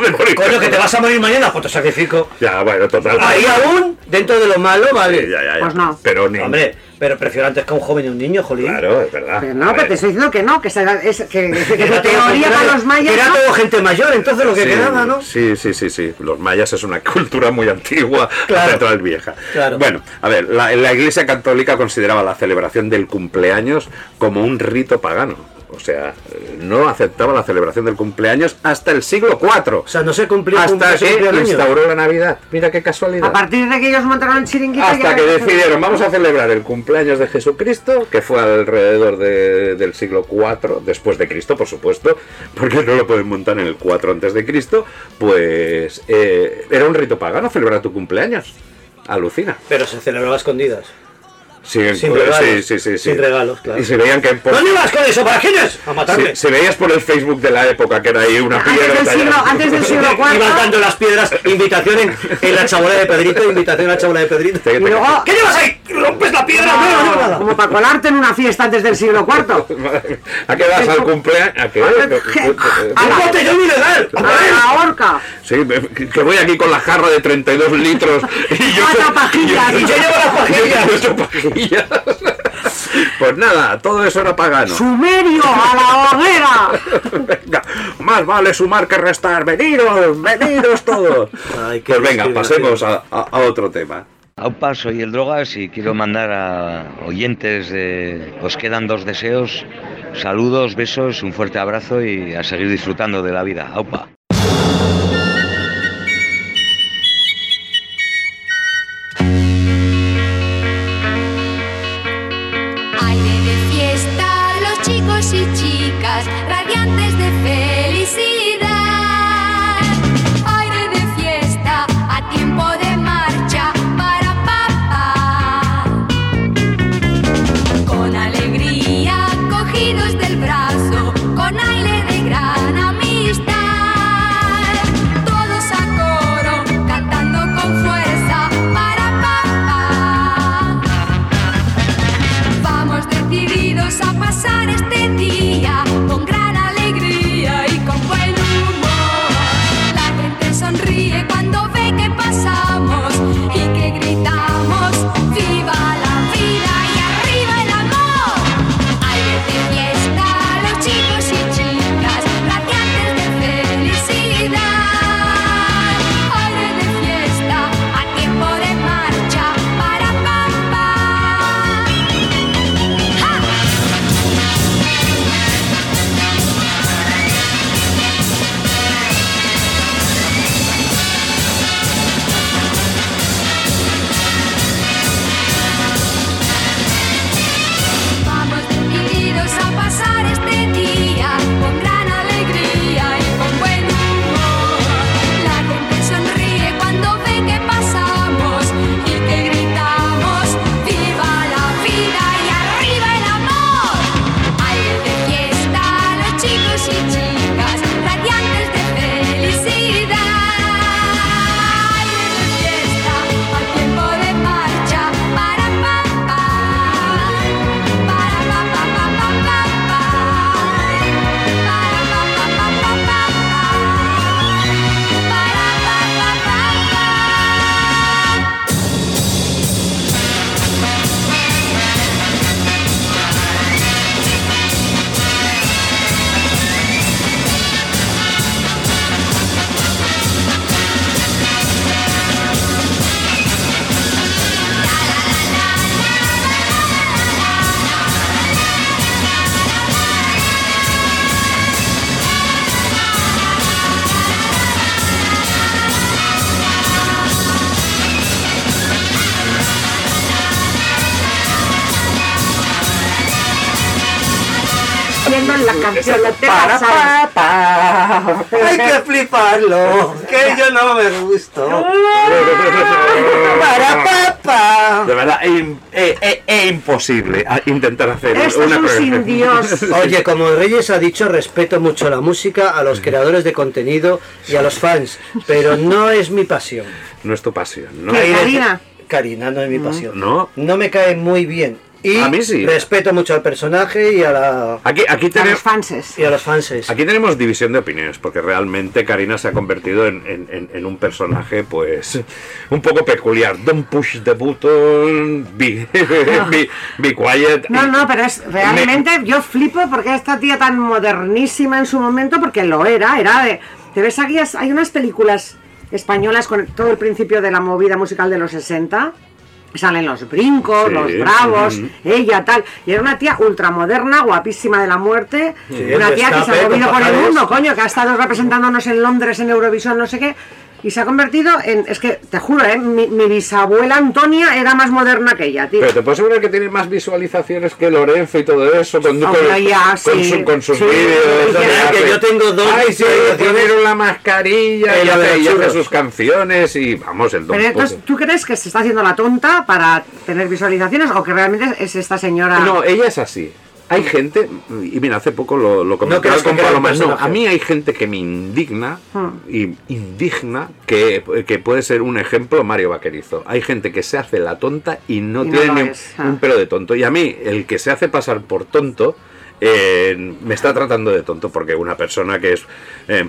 de morir.
Coño, que te vas a morir mañana, pues te sacrifico.
Ya, bueno, total.
Ahí aún, dentro de lo malo,
Sí,
vale.
ya, ya, ya.
Pues no.
Pero ni.
Hombre, pero prefiero antes que un joven y un niño, jolín.
Claro, es verdad.
Pero
A
no,
ver.
pero te estoy diciendo que no, que, esa- es- que, que
Era
tu teoría
todo contrario.
para los mayas
Era
¿no?
todo gente mayor, entonces lo que
Sí,
quedaba, ¿no?
Sí, sí, sí, sí. Los mayas es una [laughs] cultura muy antigua,
Claro.
central vieja.
Claro.
Bueno, a ver, la, la Iglesia Católica consideraba la celebración del cumpleaños como un rito pagano. O sea, eh, no aceptaba la celebración del cumpleaños hasta el siglo IV.
O sea, no se cumplía
hasta
no se
que
cumplía el año.
instauró la Navidad. Mira qué casualidad.
A partir de que ellos montaron el chiringuito
Hasta
ya-
que decidieron, vamos a celebrar el cumpleaños de Jesucristo, que fue alrededor de- del siglo IV, después de Cristo, por supuesto, porque no lo pueden montar en el 4 antes de Cristo, pues eh, era un rito pagano celebrar tu cumpleaños. Alucina.
Pero se celebraba a escondidas.
Sí,
Sin
eh,
regalos,
sí, sí, sí, sí.
sin regalos, claro.
Y se veían que por-
¿Dónde vas con eso? ¿Para quién es? A
si,
matarme.
si veías por el Facebook de la época que era ahí una
Antes
piedra
del
tallada-
siglo- antes
[laughs]
del siglo IV.
Iban dando las piedras, invitación en, en la chabola de Pedrito, invitación en la chabola de Pedrito.
Te- te-
Y luego-
¿Qué llevas ahí? ¿Rompes la piedra? No, no, no,
Ah,
nada.
Como para colarte en una fiesta antes del siglo IV.
[laughs] ¿A qué vas al cumpleaños? ¿A qué?
¡Un botellón ilegal!
A la horca.
Sí, me- que que voy aquí con la jarra de 32
[laughs] Ah,
litros y yo... [laughs]
Cuatro
y
pajillas.
yo- y yo llevo las pajillas. [laughs] Pues nada, todo eso era pagano.
¡Sumerio a la hoguera!
[laughs] Venga, más vale sumar que restar. Veniros, venidos todos.
[laughs] Ay, qué
pues venga,
discriminación.
pasemos a, a- a otro tema.
Aupa, soy el Drogas y quiero mandar a oyentes de Os quedan dos deseos. Saludos, besos, un fuerte abrazo y a seguir disfrutando de la vida. Aupa.
Aire de fiesta, los chicos y chicas, radiantes de felicidad. Aire de fiesta, a tiempo de marcha para papá. Con alegría, cogidos del brazo, con aire de gran amistad. Todos a coro, cantando con fuerza para papá. Vamos decididos a pasar este día con gran alegría y con buen humor. La gente sonríe cuando ve que pasamos y que gritamos ¡Viva la vida y arriba el amor! Aire de fiesta, los chicos y chicas, radiantes de felicidad. Aire de fiesta, a tiempo de marcha para papá. Vamos decididos a pasar este día con gran alegría y con buen humor. La gente sonríe cuando ve que pasamos y que gritamos ¡Viva la vida y arriba el amor! Aire de fiesta, los chicos y chicas, radiantes de felicidad. Aire de fiesta, a tiempo de marcha, para papá. Para pa pa pa pa pa pa. Para pa pa pa pa pa pa. Para pa pa pa pa.
Viendo la canción, la te
Para,
pasabas.
pa, pa. Hay que fliparlo, que yo no me gusto. Para papá.
De verdad, es im- eh, eh, eh, imposible a- intentar hacer
Esto es
una
un
coreografía. [laughs]
sin Dios.
Oye, como Reyes ha dicho, respeto mucho la música, a los creadores de contenido y a los fans, pero no es mi pasión.
No es tu pasión, ¿no?
¿Qué?
Ahí de-
Karina.
Karina no es mi pasión.
No.
No me cae muy bien. Y
A mí sí.
respeto mucho al personaje y a, la,
Aquí, aquí,
A los
tenemos,
fanses.
y a los fanses.
aquí tenemos división de opiniones, porque realmente Karina se ha convertido en, en- en- en un personaje, pues, un poco peculiar. Don't push the button, be, [laughs] be, be quiet.
No, no, pero es realmente yo flipo porque esta tía tan modernísima en su momento, porque lo era, era de. Te ves aquí, es- hay unas películas españolas con todo el principio de la movida musical de los 60. Salen los brincos,
Sí,
los bravos,
ujú.
ella tal. Y era una tía ultramoderna, guapísima de la muerte. una
el
tía que se
destape
ha
con
movido por el
pajares.
mundo, coño, que ha estado representándonos en Londres, en Eurovisión, no sé qué. Y se ha convertido en. Es que, te juro, ¿eh? mi, mi bisabuela Antonia era más moderna que ella, tío.
Pero te puedo asegurar que tiene más visualizaciones que Lorenzo y todo eso, con,
Ah,
con-
bueno, ya,
con
sí.
su- con sus
Sí,
vídeos.
sí,
donde
sí.
hace,
Que yo tengo dos
Ay, sí,
visualizaciones".
poner una mascarilla y
Eh, la de
hace, y
los
hace
churros.
sus canciones y vamos, el don
Pero entonces,
Puto.
¿tú crees que se está haciendo la tonta para tener visualizaciones o que realmente es esta señora?
No, eh, ella es así. Hay gente, y mira, hace poco lo, lo comentaba
crees que
con
crea un
Paloma, no, a
personaje.
mí hay gente que me indigna, y indigna, que, que puede ser un ejemplo Mario Vaquerizo. Hay gente que se hace la tonta y no
Y no
tiene
lo
ni un,
es, ah.
un pelo de tonto. Y a mí, el que se hace pasar por tonto, eh, me está tratando de tonto porque una persona que es eh,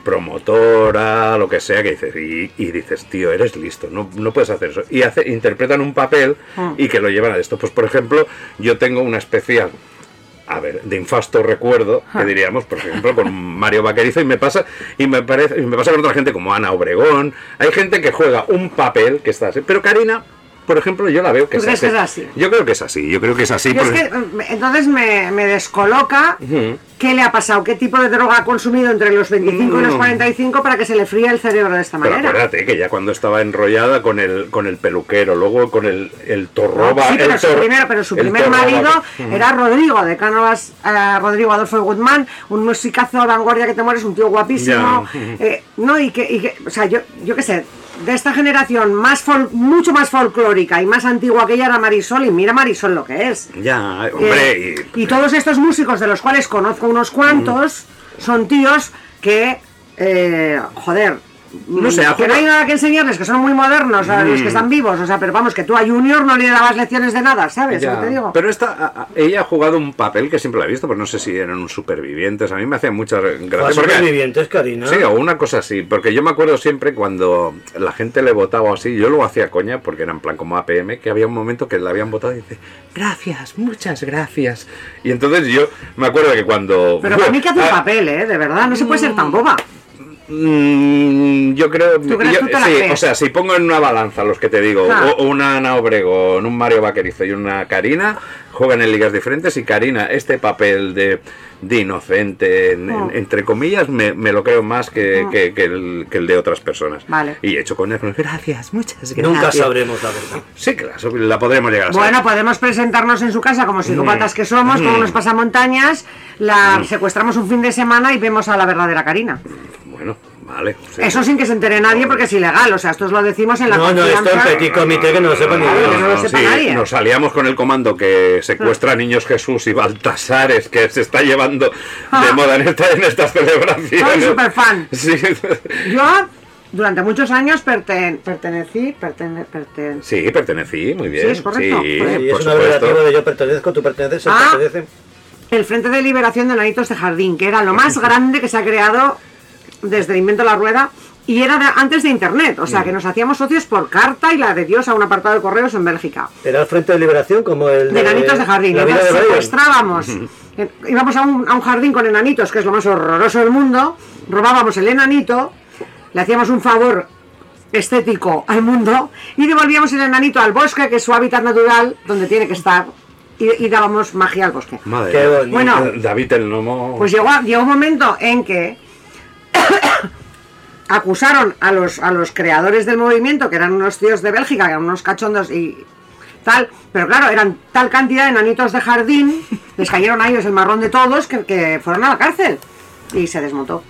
promotora, lo que sea, que dices, y, y dices, tío, eres listo, no, no puedes hacer eso. Y hace, interpretan un papel
Ah.
y que lo llevan a esto. Pues, por ejemplo, yo tengo una especial a ver, de infasto recuerdo, que diríamos, por ejemplo, con Mario Vaquerizo, y me pasa, y me parece, y me pasa con otra gente como Ana Obregón. Hay gente que juega un papel que está así. Pero Karina, por ejemplo, yo la veo que es
¿Tú crees
así.
que es así?
Yo creo que es así, yo creo que es así.
Yo es
porque-
que, eh, entonces me, me descoloca
Ujú.
qué le ha pasado, qué tipo de droga ha consumido entre los 25 y los
Mm.
45 para que se le fría el cerebro de esta
Pero
manera.
acuérdate que ya cuando estaba enrollada con el con el peluquero, luego con el, el torroba.
sí, pero
el
su,
tor-
primero, pero su
el
primer
torroba-
marido
Ujú.
era Rodrigo de Cánovas, eh, Rodrigo Adolfo Guzmán, un musicazo de vanguardia que te mueres, un tío guapísimo.
Ya.
eh, no, y que, y que- o sea, yo, yo qué sé, de esta generación más fol- mucho más folclórica y más antigua que ella era Marisol, y mira Marisol lo que es.
Ya, hombre, y-
Eh, Y todos estos músicos, de los cuales conozco unos cuantos,
Mm.
son tíos que, eh, joder,
No sé,
mm,
a
que
Julio-
no hay nada que enseñarles, que son muy modernos, a los
Mm.
que están vivos, o sea, pero vamos, que tú a Junior no le dabas lecciones de nada, ¿sabes?
Ya,
Lo que te digo.
Pero esta, a- a- ella ha jugado un papel que siempre la he visto, pero no sé si eran un supervivientes. A mí me hacía mucha gracia. porque-
Supervivientes, Karina.
Sí, o una cosa así, porque yo me acuerdo siempre cuando la gente le votaba así, yo lo hacía coña, porque era en plan como APM, que había un momento que le habían votado y dice, gracias, muchas gracias. Y entonces yo me acuerdo que cuando...
Pero para mí que hace un
Ah,
papel, ¿eh? De verdad, no se puede ser tan boba.
Mm, yo creo.
¿Tú crees?
yo-
¿Tú te la
sí,
crees?
o sea, si pongo en una balanza los que te digo,
Ah.
o- o una Ana Obregón, un Mario Vaquerizo y una Karina, juegan en ligas diferentes y Karina, este papel de, de inocente, en- en-
Mm.
entre comillas, me, me lo creo más que, que- que el, que el de otras personas.
Oh. Vale.
Y hecho con con- gracias, muchas gracias.
Nunca sabremos la verdad.
Sí, claro, la podremos llegar a saber.
Bueno, podemos presentarnos en su casa como psicópatas que somos, como
Mm.
unos pasamontañas, la secuestramos un fin de semana y vemos a la verdadera Karina.
Bueno, vale. sí.
pues Eso sin que se entere nadie porque es ilegal, o sea, esto os lo decimos en la
No, no, esto en
confianza.
petit comité que no lo sepa ni Dios.
que no lo sepa nadie.
Nos aliamos con el comando que secuestra a niños Jesús y Baltasares, que se está llevando
Ah.
de moda en, esta- en estas
Soy
celebraciones.
súper fan.
Sí.
Yo durante muchos años perten- pertenecí, pertene- perten-
Sí, pertenecí, muy bien.
Sí, es correcto.
Sí,
Pues-
Sí,
por
es un
supuesto.
abreviatura de yo pertenezco, tú perteneces, él
Ah.
pertenece.
el Frente de Liberación de Nanitos de Jardín, que era lo
[laughs]
más grande que se ha creado desde el invento de la rueda y era de- antes de internet, o
Mm.
sea, que nos hacíamos socios por carta y la de Dios a un apartado de correos en Bélgica.
Era el Frente de Liberación como el
de enanitos de jardín.
La vida
Entonces
de Brian. [laughs]
secuestrábamos. Eh, Íbamos a un, a un jardín con enanitos, que es lo más horroroso del mundo. Robábamos el enanito, le hacíamos un favor estético al mundo y devolvíamos el enanito al bosque, que es su hábitat natural, donde tiene que estar, y, y dábamos magia al bosque.
Madre
Qué
mía.
bonito.
Bueno.
David el Nomo.
Pues llegó, a- llegó un momento en que [coughs] acusaron a los, a los creadores del movimiento, que eran unos tíos de Bélgica, que eran unos cachondos y tal, pero claro, eran tal cantidad de nanitos
[laughs]
de jardín, les cayeron a ellos el marrón de todos, que, que fueron a la cárcel y se desmontó.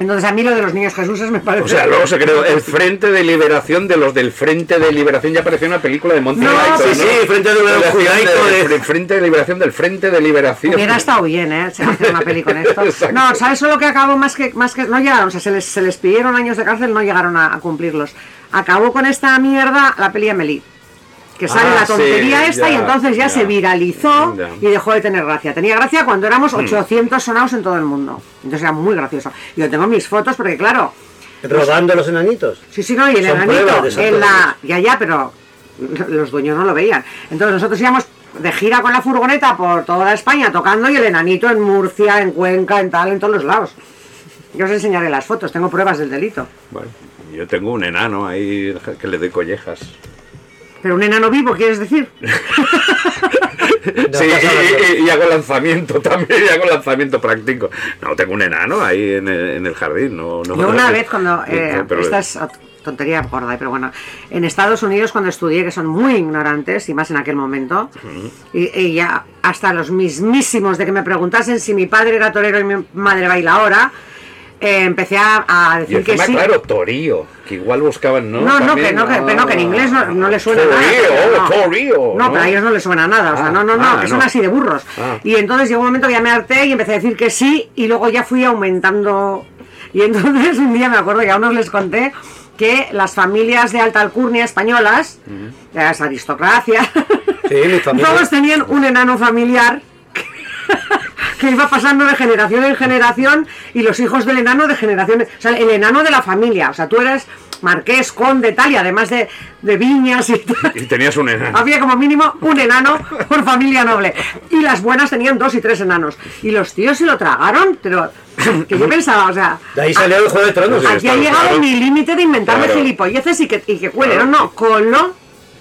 Entonces a mí lo de los niños Jesús me parece...
O sea, luego se creó el Frente de Liberación de los del Frente de Liberación. Ya apareció una película de Monty
No,
Python,
sí,
sí, Frente de Liberación Judaico de-
del Frente de Liberación del Frente de Liberación.
¿eh? Hubiera estado bien, ¿eh? Se hacer una peli con
[laughs]
esto.
Exacto.
No, ¿sabes solo que acabó más que, más que. No llegaron, o sea, se les, se les pidieron años de cárcel, no llegaron a, a cumplirlos. Acabó con esta mierda la peli Amelie. Que sale
Ah,
la tontería
sí,
esta y
ya,
entonces ya,
ya.
se viralizó
Ya. Mm.
y dejó de tener gracia. Tenía gracia cuando éramos 800 sonados en todo el mundo. Entonces era muy gracioso. Yo tengo mis fotos porque, claro,
Robando los enanitos.
Sí, sí, no, y el
Son
enanito
pruebas de esas
en la... Ya, ya, pero los dueños no lo veían. Entonces nosotros íbamos de gira con la furgoneta por toda España tocando y el enanito en Murcia, en Cuenca, en tal, en todos los lados. Yo os enseñaré las fotos, tengo pruebas del delito.
Bueno, yo tengo un enano ahí que le doy collejas.
Pero un enano vivo, ¿quieres decir? [laughs]
sí, y, y- y hago lanzamiento también, y hago lanzamiento práctico. No, tengo un enano ahí en el, en el jardín. No, no,
Yo una vez cuando... eh,
No, pero-
esta es ot- tontería gorda, eh, pero bueno. En Estados Unidos cuando estudié, que son muy ignorantes, y más en aquel momento, Y, y ya hasta los mismísimos de que me preguntasen si mi padre era torero y mi madre bailaora, eh, empecé a, a
Y
decir que
encima,
sí.
claro, Torío, que igual buscaban, ¿no?
No, no, que
También, ah,
no, que, pero no, que en inglés no, no le suena
Torío,
nada. pero no.
Torío,
No,
¿no?
pero a ellos no les suena nada, o sea,
oh, Ah,
no, no, no,
ah,
que
no.
son así de burros.
Ah.
Y entonces llegó un momento que ya me harté y empecé a decir que sí, y luego ya fui aumentando. Y entonces un día me acuerdo que a unos les conté que las familias de alta alcurnia españolas, de las aristocracias, [laughs]
¿eh?
Sí, mi familia.
todos tenían un enano familiar que iba pasando de generación en generación y los hijos del enano de generación, o sea, el enano de la familia, o sea, tú eres marqués, conde, tal, y además de, de viñas
[laughs]
y tal.
Y tenías un enano.
Había como mínimo un enano por familia noble. Y las buenas tenían dos y tres enanos. Y los tíos se lo tragaron, pero que yo pensaba, o sea...
De ahí salió el Juego de Tronos.
Aquí ha llegado mi límite de inventarme
Claro.
gilipolleces y que, y que cuelen, ¿no? no, colo.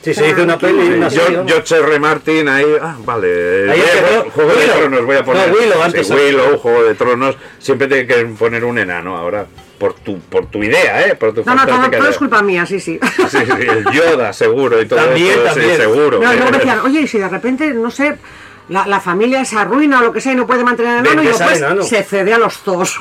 Sí, se hizo una peli, una
Sí,
serie,
yo,
vamos.
yo Cherry Martin ahí. Ah, vale.
Ahí
Voy a-
empezó
Juego de
Willow.
Tronos voy a
No,
poner.
Willow,
Sí,
antes-
Willow, Juego de Tronos. Siempre te quieren poner un enano ahora. Por tu, por tu idea, ¿eh? Por tu
No, no, todo,
fantástica
todo es
idea.
culpa mía, sí, sí.
Sí, sí, el Yoda, seguro. Y todo
También,
esto, sí,
también.
seguro.
No, y luego me decían, oye, y si de repente, no sé, la, la familia se arruina o lo que sea y no puede mantener al enano,
Vende
y yo,
ese
pues
enano.
se cede a los dos.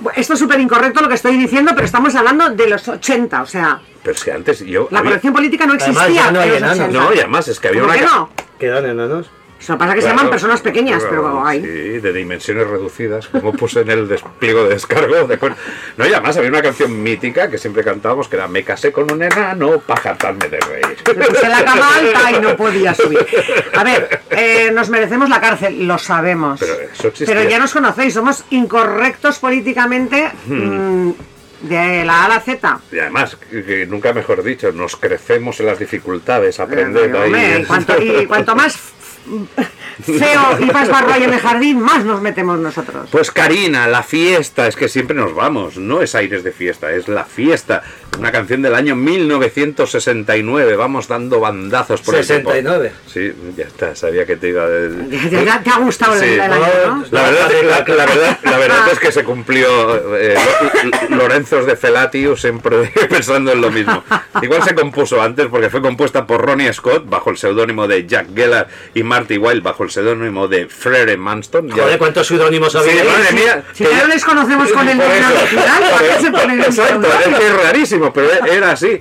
Bueno, [laughs] Esto es súper incorrecto lo que estoy diciendo, pero estamos hablando de los 80, o sea,
Pero si antes yo.
la
había-
corrección política no
Además,
existía.
ya no hay
en los
enanos.
80.
No, y además es que había
¿Por
una.
qué
ca-
no?
¿Quedan enanos?
Eso pasa que se
Claro,
llaman personas pequeñas, pero
claro,
ay.
Sí, de dimensiones reducidas, como puse en el despliego de descargo. de acuerdo. No, y además había una canción mítica que siempre cantábamos que era Me casé con un enano para jartarme de reír.
Me puse la cama alta y no podía subir. A ver, eh, nos merecemos la cárcel, lo sabemos.
Pero eso existía.
Pero ya nos conocéis, somos incorrectos políticamente
Hmm.
mm, de la A a la Z.
Y además, que- que nunca mejor dicho, nos crecemos en las dificultades, aprender
Hombre,
ahí.
y cuanto, y
[laughs]
cuanto más feo y más barro hay en el jardín, más nos metemos nosotros.
Pues Karina, la fiesta, es que siempre nos vamos, no es aires de fiesta, es la fiesta. Una canción del año 1969, vamos dando bandazos por el tiempo.
69.
Sí, ya está, sabía que te iba a...
Ya- ya te ha gustado el-
Sí.
el año, ¿no?
La verdad, la, la verdad, la verdad es que se cumplió eh, Lo- Lorenzos de Felatio siempre [laughs] pensando en lo mismo. Igual se compuso antes porque fue compuesta por Ronnie Scott bajo el seudónimo de Jack Gellar y Marty Wilde bajo el seudónimo de Frere Manston. Ya-
Joder, cuántos pseudónimos
Sí,
había.
madre mía,
Si
que
ya no
ya-
les conocemos con el
Por
nombre
eso.
original, ¿para qué se ponen en
Exacto,
seudónimo?
es que es rarísimo, pero era así.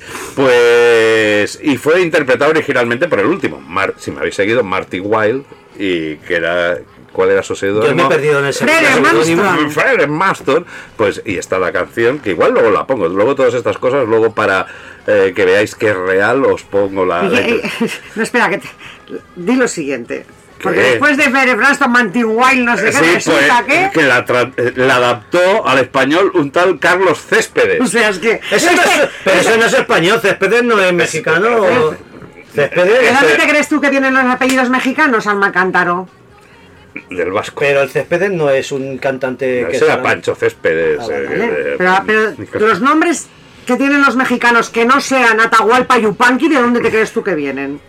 Pues. Y fue interpretado originalmente por el último, Mar- si me habéis seguido, Marty Wilde, y que era. ¿Cuál era su
Yo me he
seudónimo?
perdido en ese
Frere
pseudónimo.
Armstrong.
Fred Maston, pues y está la canción, que igual luego la pongo, luego todas estas cosas, luego para eh, que veáis que es real, os pongo la...
Y-
la-
y-
[laughs]
[laughs] no, espera, que te, di lo siguiente. Porque
¿Qué?
después de Fere Braston, Mantin Wild, no sé qué,
Sí,
resulta
pues,
que...
que la, tra- eh, la adaptó al español un tal Carlos Céspedes.
O sea, es que...
Eso no es- pero eso no es español, Céspedes no es mexicano. o-
¿De
Céspedes.
Este-
dónde te crees tú que vienen los apellidos mexicanos, Alma Cántaro?
Del vasco.
Eh,
Pero el Céspedes no es un cantante que
Ese era
sea-
Pancho Céspedes. eh,
¿Vale?
eh,
Pero, pero los nombres que tienen los mexicanos que no sean Atahualpa y Yupanqui, ¿de dónde te crees tú que vienen?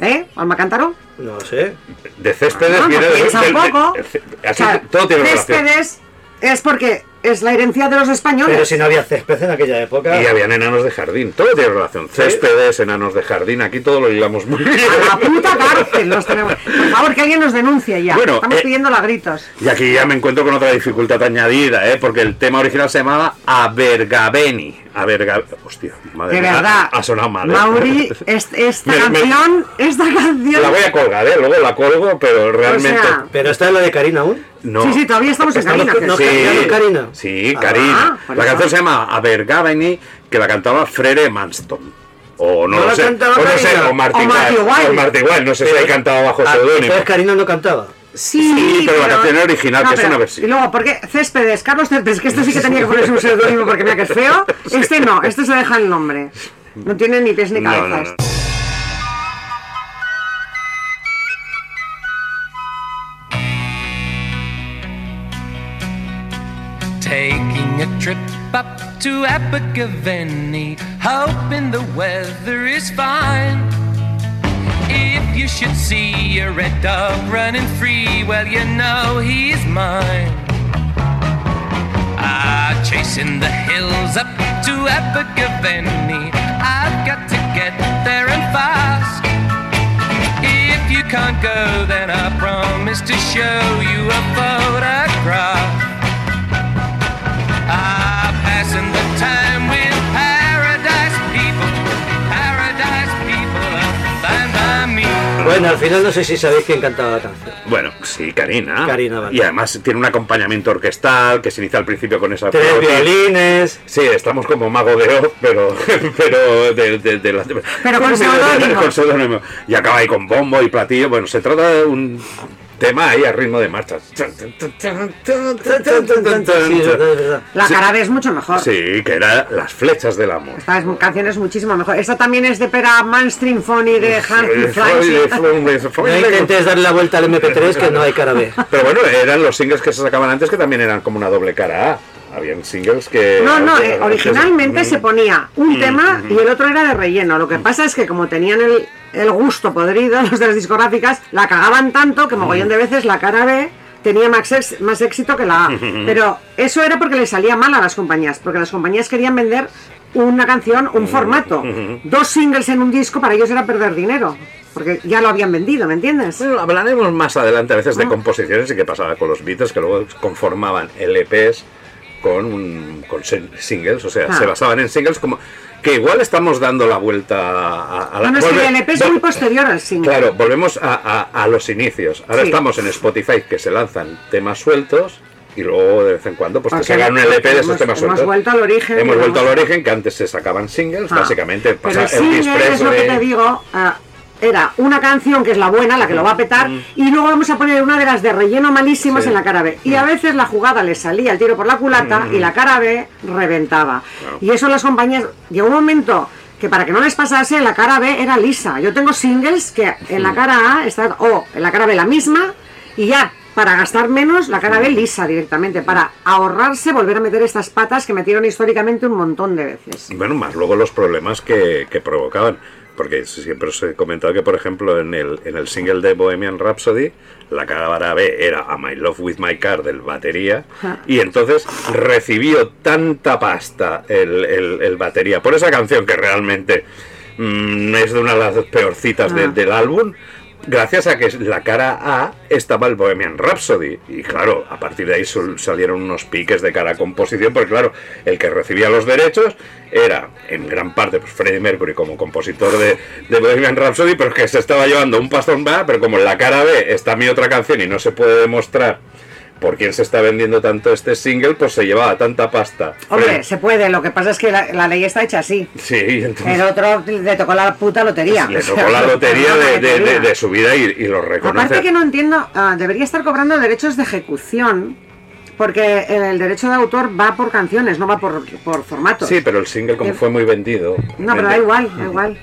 ¿Eh? ¿Alma Cántaro?
No sé.
De Céspedes
No,
viene
no
de-
piensa
del-
un poco.
del- del-
O
así
sea,
todo tiene relación.
Céspedes es porque es la herencia de los españoles.
Pero si no había Céspedes en aquella época.
Y habían enanos de jardín, todo tiene relación. Céspedes, enanos de jardín, aquí todo lo llevamos muy bien.
A la puta cárcel los tenemos. Por favor, que alguien nos denuncie ya.
Bueno,
Estamos
eh,
pidiendo la gritos.
Y aquí ya me encuentro con otra dificultad añadida, ¿eh? porque el tema original se llamaba Abergaveni. Aberga... Hostia, madre
De
mía,
verdad.
Ha, ha sonado mal. ¿eh? [laughs]
Mauri, es- esta
Me- me-
canción, esta canción.
La voy a colgar, ¿eh? luego la colgo, pero realmente.
sea,
Pero está la de Karina aún.
no.
Sí, sí, todavía estamos en
Estamos
Karina.
con- no,
que-
Sí,
¿Cambiaron Karina?
Sí, Karina.
por
la
eso.
canción se llama Abergaveni, que la cantaba Frere Manston. O no,
No
lo
la
sé.
cantaba
o no sé,
Karina.
o Marty
O Marty
Wilde,
Wilde.
o Marty Wilde, no sé si ahí cantaba bajo
Ah,
seudónimo.
Entonces Karina no cantaba.
Sí,
Sí, pero la canción original, que es una versión.
Y luego, ¿por qué Céspedes? Carlos Céspedes, que este sí que tenía que ponerse un seudónimo porque mira que
[laughs]
es feo. Este no, este se deja el nombre. No tiene ni pies ni
No,
cabezas.
no, no.
Taking a trip up to Abergavenny, hoping the weather is fine. If you should see a red dog running free, well, you know he's mine. Ah, chasing the hills up to Abergavenny, I've got to get there and fast. If you can't go, then I promise to show you a photograph. Ah, passing the time with paradise people. Paradise people are fine by me.
Bueno, al final no sé si sabéis quién cantaba la canción.
Bueno, sí, Karina.
Karina, vale.
Y además tiene un acompañamiento orquestal que se inicia al principio con esa.
Tres
pelotita.
violines.
Sí, estamos como mago de Oz, pero, [laughs] pero de, de- de la-
Pero
[laughs]
con
de-
seudónimo.
con seudónimo. Y acaba ahí con bombo y platillo. Bueno, se trata de un tema ahí a ritmo de marcha.
Sí, es verdad, es verdad. La
Sí.
cara es mucho mejor.
Sí, que era Las flechas del amor.
Esta es- canción es muchísimo mejor. Esta también es de Pera Manstream Phony de Hanky Flancy.
No intentes darle la vuelta al MP3 que no hay
[laughs]
cara B.
Pero bueno, eran los singles que se sacaban antes que también eran como una doble cara A. Habían singles que.
No, no, eh, originalmente se ponía un
Mm,
tema y el otro era de relleno. Lo que pasa es que como tenían el, el gusto podrido [laughs] los de las discográficas, la cagaban tanto que mogollón
Mm.
de veces la cara B tenía más, ex- más éxito que
[laughs]
la A.
Mm.
Pero eso era porque le salía mal a las compañías, porque las compañías querían vender una canción,
Mm.
un formato. Dos singles en un disco para ellos era perder dinero, porque ya lo habían vendido, ¿me entiendes?
hablaremos más adelante a veces
Ah.
de composiciones y qué pasaba con los Beatles que luego conformaban LPs con, un- con sin- singles, o sea,
Ah.
se basaban en singles como que igual estamos dando la vuelta a, a la
No, no, es que
volve-
el LP es
vol-
muy posterior al single.
Claro, volvemos a, a- a los inicios. Ahora
Sí.
estamos en Spotify que se lanzan temas sueltos y luego de vez en cuando pues te
Porque
sacan un LP de esos
hemos-
temas
Hemos
sueltos.
vuelto al origen.
Hemos
digamos.
vuelto al origen que antes se sacaban singles,
Ah.
básicamente
Pero
pasa
el single es lo que
Presley.
te digo. ah, era una canción que es la buena, la que lo va a petar, y luego vamos a poner una de las de relleno malísimas
Mm. Sí.
en la cara B. Y a veces la jugada le salía el tiro por la culata
Mm.
y la cara B reventaba.
Claro.
Y eso las compañías. Llegó un momento que para que no les pasase, la cara B era lisa. Yo tengo singles que en
Mm.
la cara A está. O en la cara B la misma, y ya. Para gastar menos, la cara B
Mm.
lisa directamente, para ahorrarse volver a meter estas patas que metieron históricamente un montón de veces.
Pues, Bueno, más luego los problemas que, que provocaban. Porque siempre os he comentado que, por ejemplo, en el, en el single de Bohemian Rhapsody, la cara B era A My Love With My Car del batería. Y entonces recibió tanta pasta el, el- el batería por esa canción que realmente mm, es de una de las peorcitas de-
Ah.
del álbum. Gracias a que la cara A estaba el Bohemian Rhapsody. Y claro, a partir de ahí sol- salieron unos piques de cara a composición, porque claro, el que recibía los derechos era en gran parte pues, Freddie Mercury como compositor de, de Bohemian Rhapsody, pero es que se estaba llevando un pastón va, pero como en la cara B está mi otra canción y no se puede demostrar por quién se está vendiendo tanto este single, pues se llevaba tanta pasta.
Hombre,
Fred-
se puede, lo que pasa es que la, la ley está hecha así.
Sí, y entonces...
El otro le tocó la puta lotería. [laughs]
Le tocó la lotería de, de- de- de su vida y, y lo reconoce.
Aparte que no entiendo, ah, debería estar cobrando derechos de ejecución, porque el derecho de autor va por canciones, no va por, por formatos.
Sí, pero el single como
Eh,
fue muy vendido.
No, pero da
vende-
igual, da igual.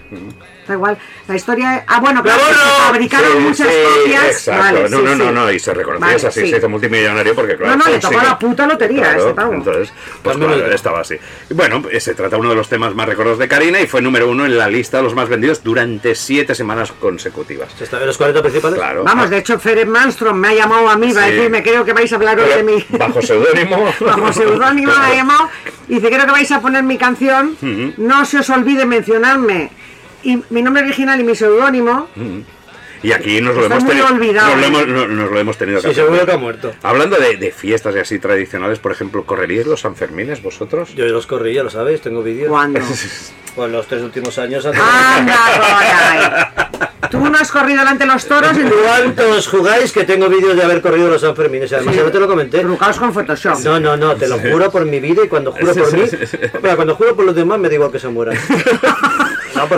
Da igual. La historia. Ah, bueno,
Pero
claro, que se fabricaron
Sí,
muchas
sí,
copias.
Exacto.
Vale,
no,
sí,
no, no,
sí.
no, y se reconoció
Vale,
es así,
sí.
se hizo multimillonario porque claro.
No, no,
fue
le
un
tocó
single.
la puta lotería a
Claro,
este pavo.
Entonces, pues claro, estaba así. Y bueno, eh, se trata uno de los temas más recordados de Karina y fue número uno en la lista de los más vendidos durante siete semanas consecutivas.
¿Está en los 40 principales?
Claro.
Vamos, de hecho, Fred Manstrom me ha llamado a mí, va a
Sí.
decirme, creo que vais a hablar hoy de mí.
Bajo seudónimo.
[laughs] Bajo seudónimo me ha llamado y dice, creo que vais a poner mi canción.
Ujú.
No se os olvide mencionarme y mi nombre original y mi seudónimo.
Mm. Y aquí nos lo,
Está
hemos
muy
tenido,
olvidado,
nos lo
¿eh?
hemos, no- nos lo hemos tenido
Sí,
hacer.
seguro que ha muerto.
Hablando de, de fiestas y así tradicionales, por ejemplo, ¿correríais los Sanfermines vosotros? [laughs]
Yo los corrí, ya lo sabéis, tengo vídeos. [laughs]
¿Cuándo?
Pues los tres últimos años. [laughs]
Tú no has corrido delante de los toros y
¿Cuántos jugáis que tengo vídeos de haber corrido los Sanfermines? Además,
Sí.
yo te lo comenté.
Trucaos con Photoshop.
No, no, no, te lo
Sí.
juro por mi vida y cuando juro por mí. Mira, cuando juro por los demás me da igual que se mueran.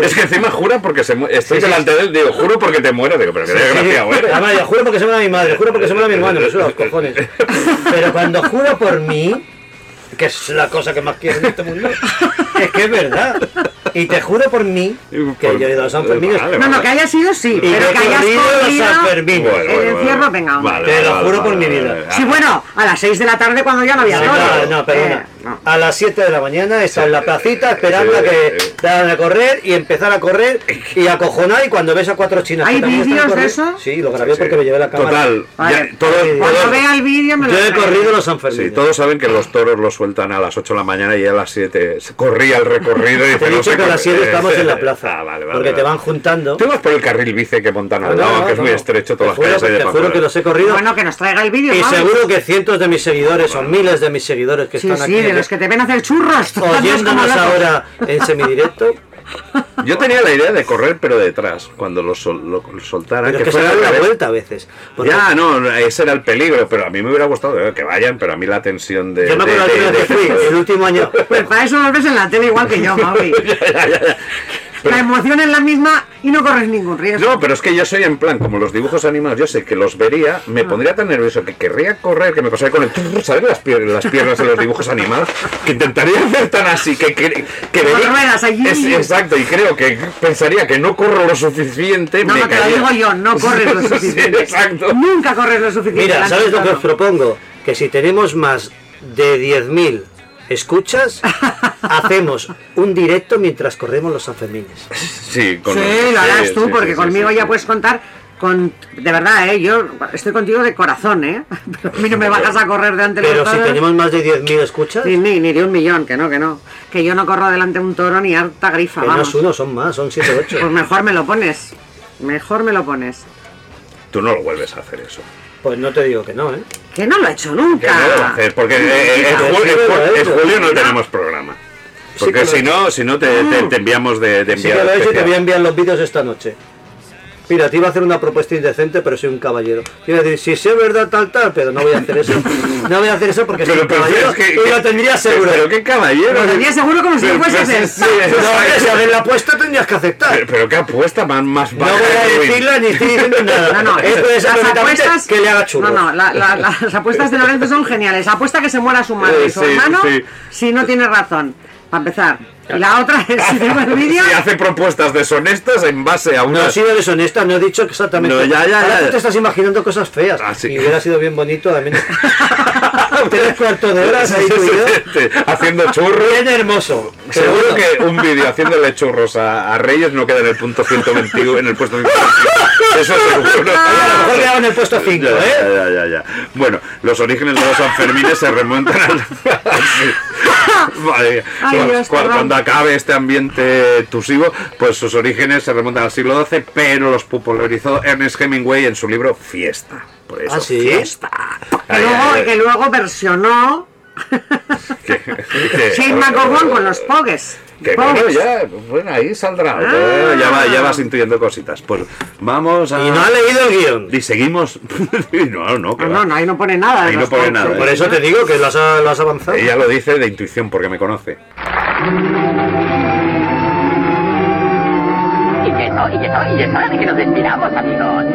Es que encima jura porque se mu- Estoy delante de él, digo, juro porque te mueres. Digo, pero qué
Sí, sí.
desgraciado eres.
Además, yo juro porque se muera mi madre, juro porque se muera mi hermano, me suda los cojones. Pero cuando juro por mí, que es la cosa que más quiero en este mundo, es que es verdad. Y te juro por mí que yo he ido a los Sanfermines.
No, no, que haya sido sí,
Y
pero
yo
que hayas
corrido los
corrido
Sanfermines. eh, Bueno,
el
bueno,
encierro,
bueno.
venga, hombre.
Vale, Te lo vale, juro por vale, mi vida. vale, vale.
Sí, bueno, a las 6 de la tarde cuando ya no había Eh,
Sí,
toro.
no,
Eh,
no, perdona. A las 7 de la mañana está en la placita esperando a que te hagan a correr y empezar a correr y a acojonar y cuando ves a cuatro chinas que
¿Hay
también están
vídeos de
corriendo-
eso?
Sí, lo grabé porque me llevé la cámara.
Total,
Vale.
ya- todos-
Sí.
Cuando vea el vídeo me lo traeré.
los Sanfermines.
Sí, todos saben que los toros los sueltan a las 8 de la mañana y a las 7 se corría el recorrido. Y
Te he
dice, no
dicho
sé
que a las
correr.
7 estamos
[laughs]
en la plaza.
vale,
porque te
vale.
van juntando.
Tú vas por el carril bici que montan al
No,
lado,
no,
que es
no,
muy
no.
estrecho todas
Te juro-
las calles ahí de
te juro
Pamplona.
que los he corrido.
Bueno, que nos traiga el vídeo.
Y
vamos.
seguro que cientos de mis seguidores, o miles de mis seguidores que
Sí,
están
sí,
aquí ¿eh?
de los que te ven hacer churros. [laughs] tantos como
oyéndonos
locos.
ahora en semidirecto.
Yo tenía la idea de correr, pero detrás, cuando los sol- lo, lo soltaran.
Pero es que se
fuera
dan
al
la
revés.
vuelta a veces. Porque-
Ya, no, ese era el peligro, pero a mí me hubiera gustado eh, que vayan, pero a mí la tensión de.
Yo me
de-
acuerdo la
de-
última
de-
vez
[laughs]
que fui, el último año.
Pues para eso nos ves en la tele igual que yo, Mauri.
Ya, ya, ya.
La emoción es la misma y no corres ningún
[laughs]
riesgo.
No, pero es que yo soy en plan, como los dibujos animados, yo sé que los vería, me pondría tan nervioso que querría correr, que me pasaría con el... trrr, ¿Sabes las, pier- las piernas de los dibujos animados? Que intentaría hacer tan así, que... que, que
Como
vería-
ruedas allí.
Es- exacto, y creo que pensaría que no corro lo suficiente,
No,
me
no, te lo
caería.
digo yo, no corres
[laughs]
lo
Sí,
suficiente.
exacto.
Nunca corres lo suficiente.
Mira,
Lanza
¿sabes lo que
todo.
os propongo? Que si tenemos más de 10.000
[laughs]
escuchas, hacemos un directo mientras corremos los Sanfermines.
Sí, con-
Sí, lo harás
sí,
tú,
sí,
porque
sí,
conmigo
sí,
ya
pues
puedes contar con... De verdad, ¿eh? Yo estoy contigo de corazón, ¿eh? [laughs] Pero a mí no me bajas a correr delante de
Pero
los
si
toros.
tenemos más de 10.000 escuchas,
Ni, ni, ni de un millón, que no, que no. Que yo no corro delante de un toro ni harta grifa,
que no es
vamos.
uno, son más, son 7 o
[laughs]
8.
Pues mejor me lo pones. Mejor me lo pones.
Tú no lo vuelves a hacer eso.
Pues no te digo que no, ¿eh?
Que no lo he hecho
Que no lo
nunca.
haces, porque eh, eh, en
sí,
ju- en ju-
sí, sí,
en
sí.
julio no tenemos programa. Porque
que lo-
si no, si no te, te- te enviamos de, de
Ah. Sí
enviar
que lo he hecho y te
especial.
voy a enviar los vídeos esta noche. Mira, te iba a hacer una propuesta indecente, pero soy un caballero. Te iba a decir, si sí es verdad tal tal, pero no voy a hacer eso. No voy a hacer eso porque soy un
Pero, pero
caballero
es que-
y lo tendría seguro.
Pero qué caballero.
Lo tenía seguro como si lo
Pero-
fuese a
pero-
hacer.
sí, sí,
No, hombre, si
exacto.
haces la apuesta tendrías que aceptar.
Pero- Pero qué apuesta más más
No voy a decirla ni
[laughs]
estoy diciendo nada.
No, no,
Esto es
las
absolutamente
apuestas
que le haga churros.
No, no, la- la- la- las apuestas de Lorenzo son geniales. Apuesta que se muera su madre y su
Eh, sí,
hermano
sí.
si no tiene razón. Para empezar. Y la otra es
[laughs]
si tengo el vídeo.
Si hace propuestas deshonestas en base a
No
una.
he sido deshonesta, no he dicho exactamente.
No, ya, ya,
Ahora
ya.
tú te estás imaginando cosas feas.
Ah, sí.
Y hubiera sido bien bonito
[laughs]
también. Tres cuartos de horas ahí tú y yo.
haciendo churros.
Bien hermoso. Pero
Seguro
bueno.
que un vídeo haciéndole churros a, a Reyes no queda en el punto 121, en el puesto 121. Eso seguro.
A lo mejor quedaba en el puesto 5,
Ah, Ya,
¿eh?
ya, ya, ya, ya. Bueno, los orígenes de los Sanfermines se remontan [laughs] al... Sí. Madre mía.
Ay,
Bueno,
Dios,
cu- cuando,
perdón.
acabe este ambiente tusivo, pues sus orígenes se remontan al siglo XII, pero los popularizó Ernest Hemingway en su libro Fiesta. Por eso,
Ah, ¿sí?
fiesta.
Que
Ay, ay,
luego,
ay.
que luego versionó
[laughs] Que-
Shane McGowan con los Pogues.
Que bueno,
Pogues.
ya, bueno, ahí saldrá.
Ah.
Eh, ya, va- ya vas intuyendo cositas. Pues vamos a.
Y no ha leído el guión.
Y seguimos. [laughs] no, no, que
Ah,
va.
No, no, ahí no pone nada. de
Ahí no
los
pone
Pogues.
nada,
Por eso te digo que lo has, lo has avanzado.
Ella lo dice de intuición porque me conoce.
Y eso, y eso, y es hora de que nos despidamos, amigos.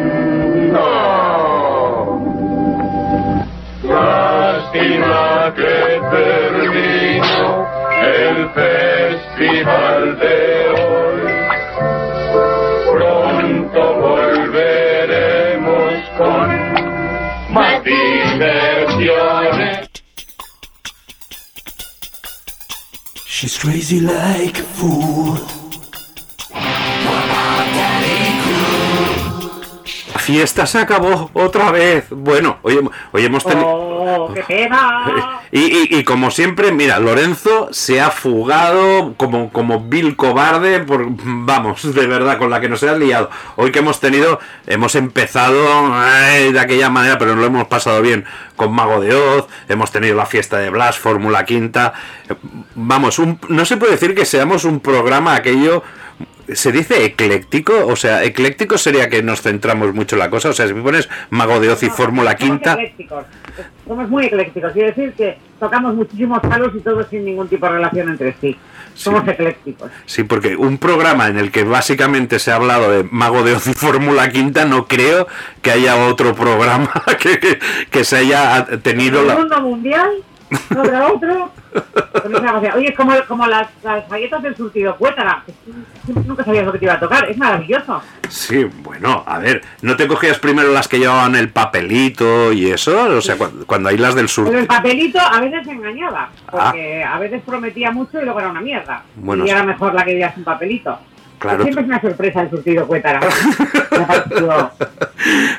She's crazy like a fool.
La fiesta se acabó otra vez. Bueno, hoy, hem- hoy hemos tenido. Y, y- y como siempre, mira, Lorenzo se ha fugado como, como vil cobarde, por, vamos, de verdad, con la que nos has liado. Hoy que hemos tenido, hemos empezado ay, de aquella manera, pero lo hemos pasado bien con Mago de Oz, hemos tenido la fiesta de Blas, Fórmula Quinta. eh, Vamos, un- no se puede decir que seamos un programa aquello... ¿Se dice ecléctico? O sea, ecléctico sería que nos centramos mucho en la cosa. O sea, si pones Mago de Oz y Fórmula Quinta...
eclécticos. Somos muy eclécticos. Quiero decir que tocamos muchísimos palos y todos sin ningún tipo de relación entre sí. Somos eclécticos.
Sí, porque un programa en el que básicamente se ha hablado de Mago de Oz y Fórmula Quinta, no creo que haya otro programa [laughs] que, que- que se haya tenido
el
la...
mundo mundial, sobre otro. con esa gracia. Oye, es como, como las, las galletas del surtido cuétara. que tú Nunca sabías lo que te iba a tocar, es maravilloso.
Sí, bueno, a ver, ¿no te cogías primero las que llevaban el papelito y eso? O sea, cu- cuando, hay las del sur...
Pero el papelito a veces engañaba, porque a veces prometía mucho y luego era una mierda.
Ah. Bueno,
y
sí.
era mejor la que diera sin papelito.
Claro,
Siempre
tú-
es una sorpresa el surtido
[laughs]
cuétara. Me pareció-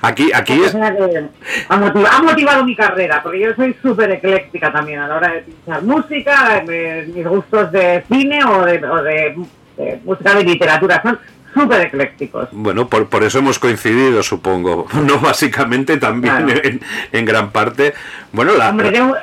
Aquí, aquí
O
es...
sea que ha, motivado, ha motivado mi carrera, porque yo soy súper ecléctica también a la hora de pinchar música, me- mis gustos de cine o de, o de, de música de literatura son súper eclécticos.
Bueno, por, por eso hemos coincidido, [laughs] supongo. No, básicamente también
Claro.
en, en gran parte. Bueno, la...
Hombre, tengo,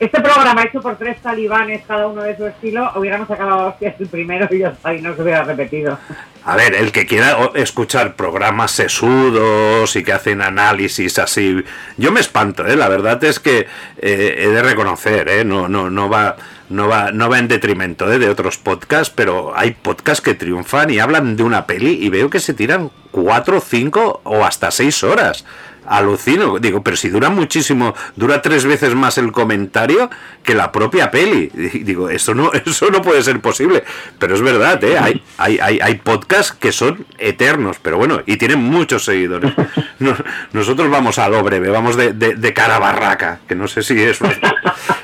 Este programa hecho por tres talibanes, cada uno de su estilo, hubiéramos acabado [laughs] hostias el primero y ya está, y no se hubiera repetido.
A ver, el que quiera o- escuchar programas sesudos y que hacen análisis así, yo me espanto, ¿eh? La verdad es que eh, he de reconocer, ¿eh? No, no, no va, no va, no va en detrimento ¿eh? de otros podcasts, pero hay podcasts que triunfan y hablan de una peli y veo que se tiran cuatro, cinco o hasta seis horas. Alucino, digo, pero si dura muchísimo, dura tres veces más el comentario que la propia peli. Y Digo, eso no, [laughs] eso no puede ser posible. Pero es verdad, ¿eh? hay, hay, hay, hay podcasts que son eternos, pero bueno, y tienen muchos seguidores. [laughs] No- nosotros vamos a lo breve, vamos de, de, de cara a barraca, que no sé si es. [laughs]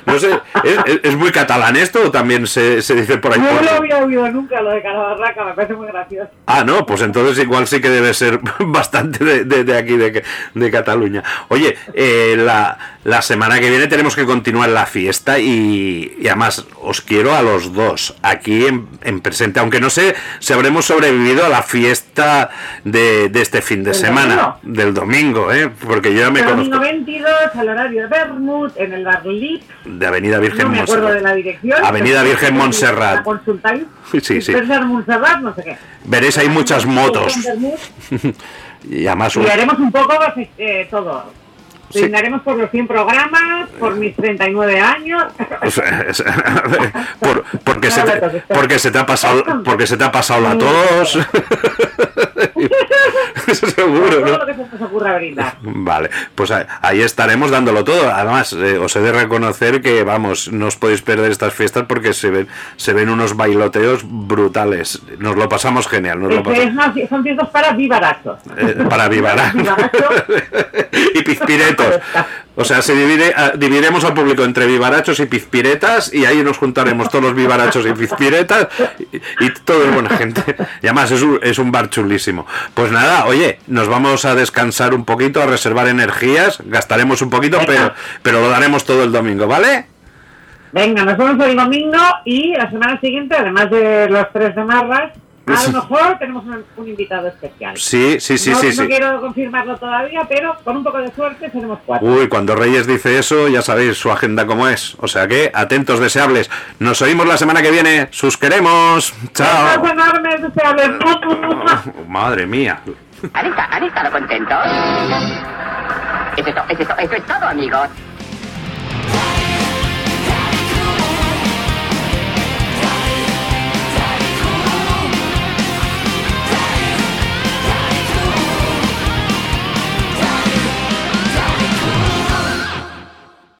No sé, ¿es, es- es muy catalán esto o también se, se dice por ahí?
No
por-
lo había oído nunca lo de Calabarraca, me parece muy gracioso.
Ah, no, pues entonces igual sí que debe ser [laughs] bastante de, de- de aquí, de, de Cataluña. Oye, eh, la, la semana que viene tenemos que continuar la fiesta y, y además os quiero a los dos aquí en, en presente, aunque no sé si habremos sobrevivido a la fiesta de, de este fin de
¿Del
semana, del domingo, ¿eh? porque yo ya me
Domingo
conozco
22, al horario de Bermud, en el Darlit,
de Avenida Virgen
no me acuerdo
Montserrat.
de la dirección.
Avenida Virgen Montserrat.
La consultáis.
Sí, sí.
César Montserrat, no sé qué.
Veréis hay muchas motos
Bermud,
y además...
Y haremos un poco eh, todo. Brindaremos por los 100 programas, por mis 39 años.
O sea, [laughs] es- por- porque, se te, porque se te ha pasado porque se te ha pasado la tos [laughs] seguro
todo
¿no?
lo que se nos ocurra
[laughs]
brindar.
Vale, pues a- ahí estaremos dándolo todo. Además, eh, os he de reconocer que, vamos, no os podéis perder estas fiestas porque se ven, se ven unos bailoteos brutales. Nos lo pasamos genial, nos lo
Este es
pasamos
una fie- son fiestas para vivarazos.
eh, para
[laughs]
vivar y pizpiretos. O sea, se divide, a- dividiremos al público entre vivarachos y pizpiretas y ahí nos juntaremos todos los vivarachos y pizpiretas y, y todo es buena gente. Y además es un, es un bar chulísimo. Pues nada, oye, nos vamos a descansar un poquito, a reservar energías, gastaremos un poquito, pero, pero lo daremos todo el domingo, ¿vale?
Venga, nos vemos el domingo y la semana siguiente, además de los tres de Marras, a lo mejor tenemos un, un invitado especial.
Sí, sí, sí,
no,
sí,
no
sí.
quiero confirmarlo todavía, pero con un poco de suerte seremos cuatro.
Uy, cuando Reyes dice eso, ya sabéis su agenda cómo es. O sea que, atentos deseables. Nos oímos la semana que viene. Sus queremos. Chao.
Besos enormes, deseables.
Madre mía.
¿Han estado, han estado contentos? Eso es todo, eso es todo, eso es todo, amigos.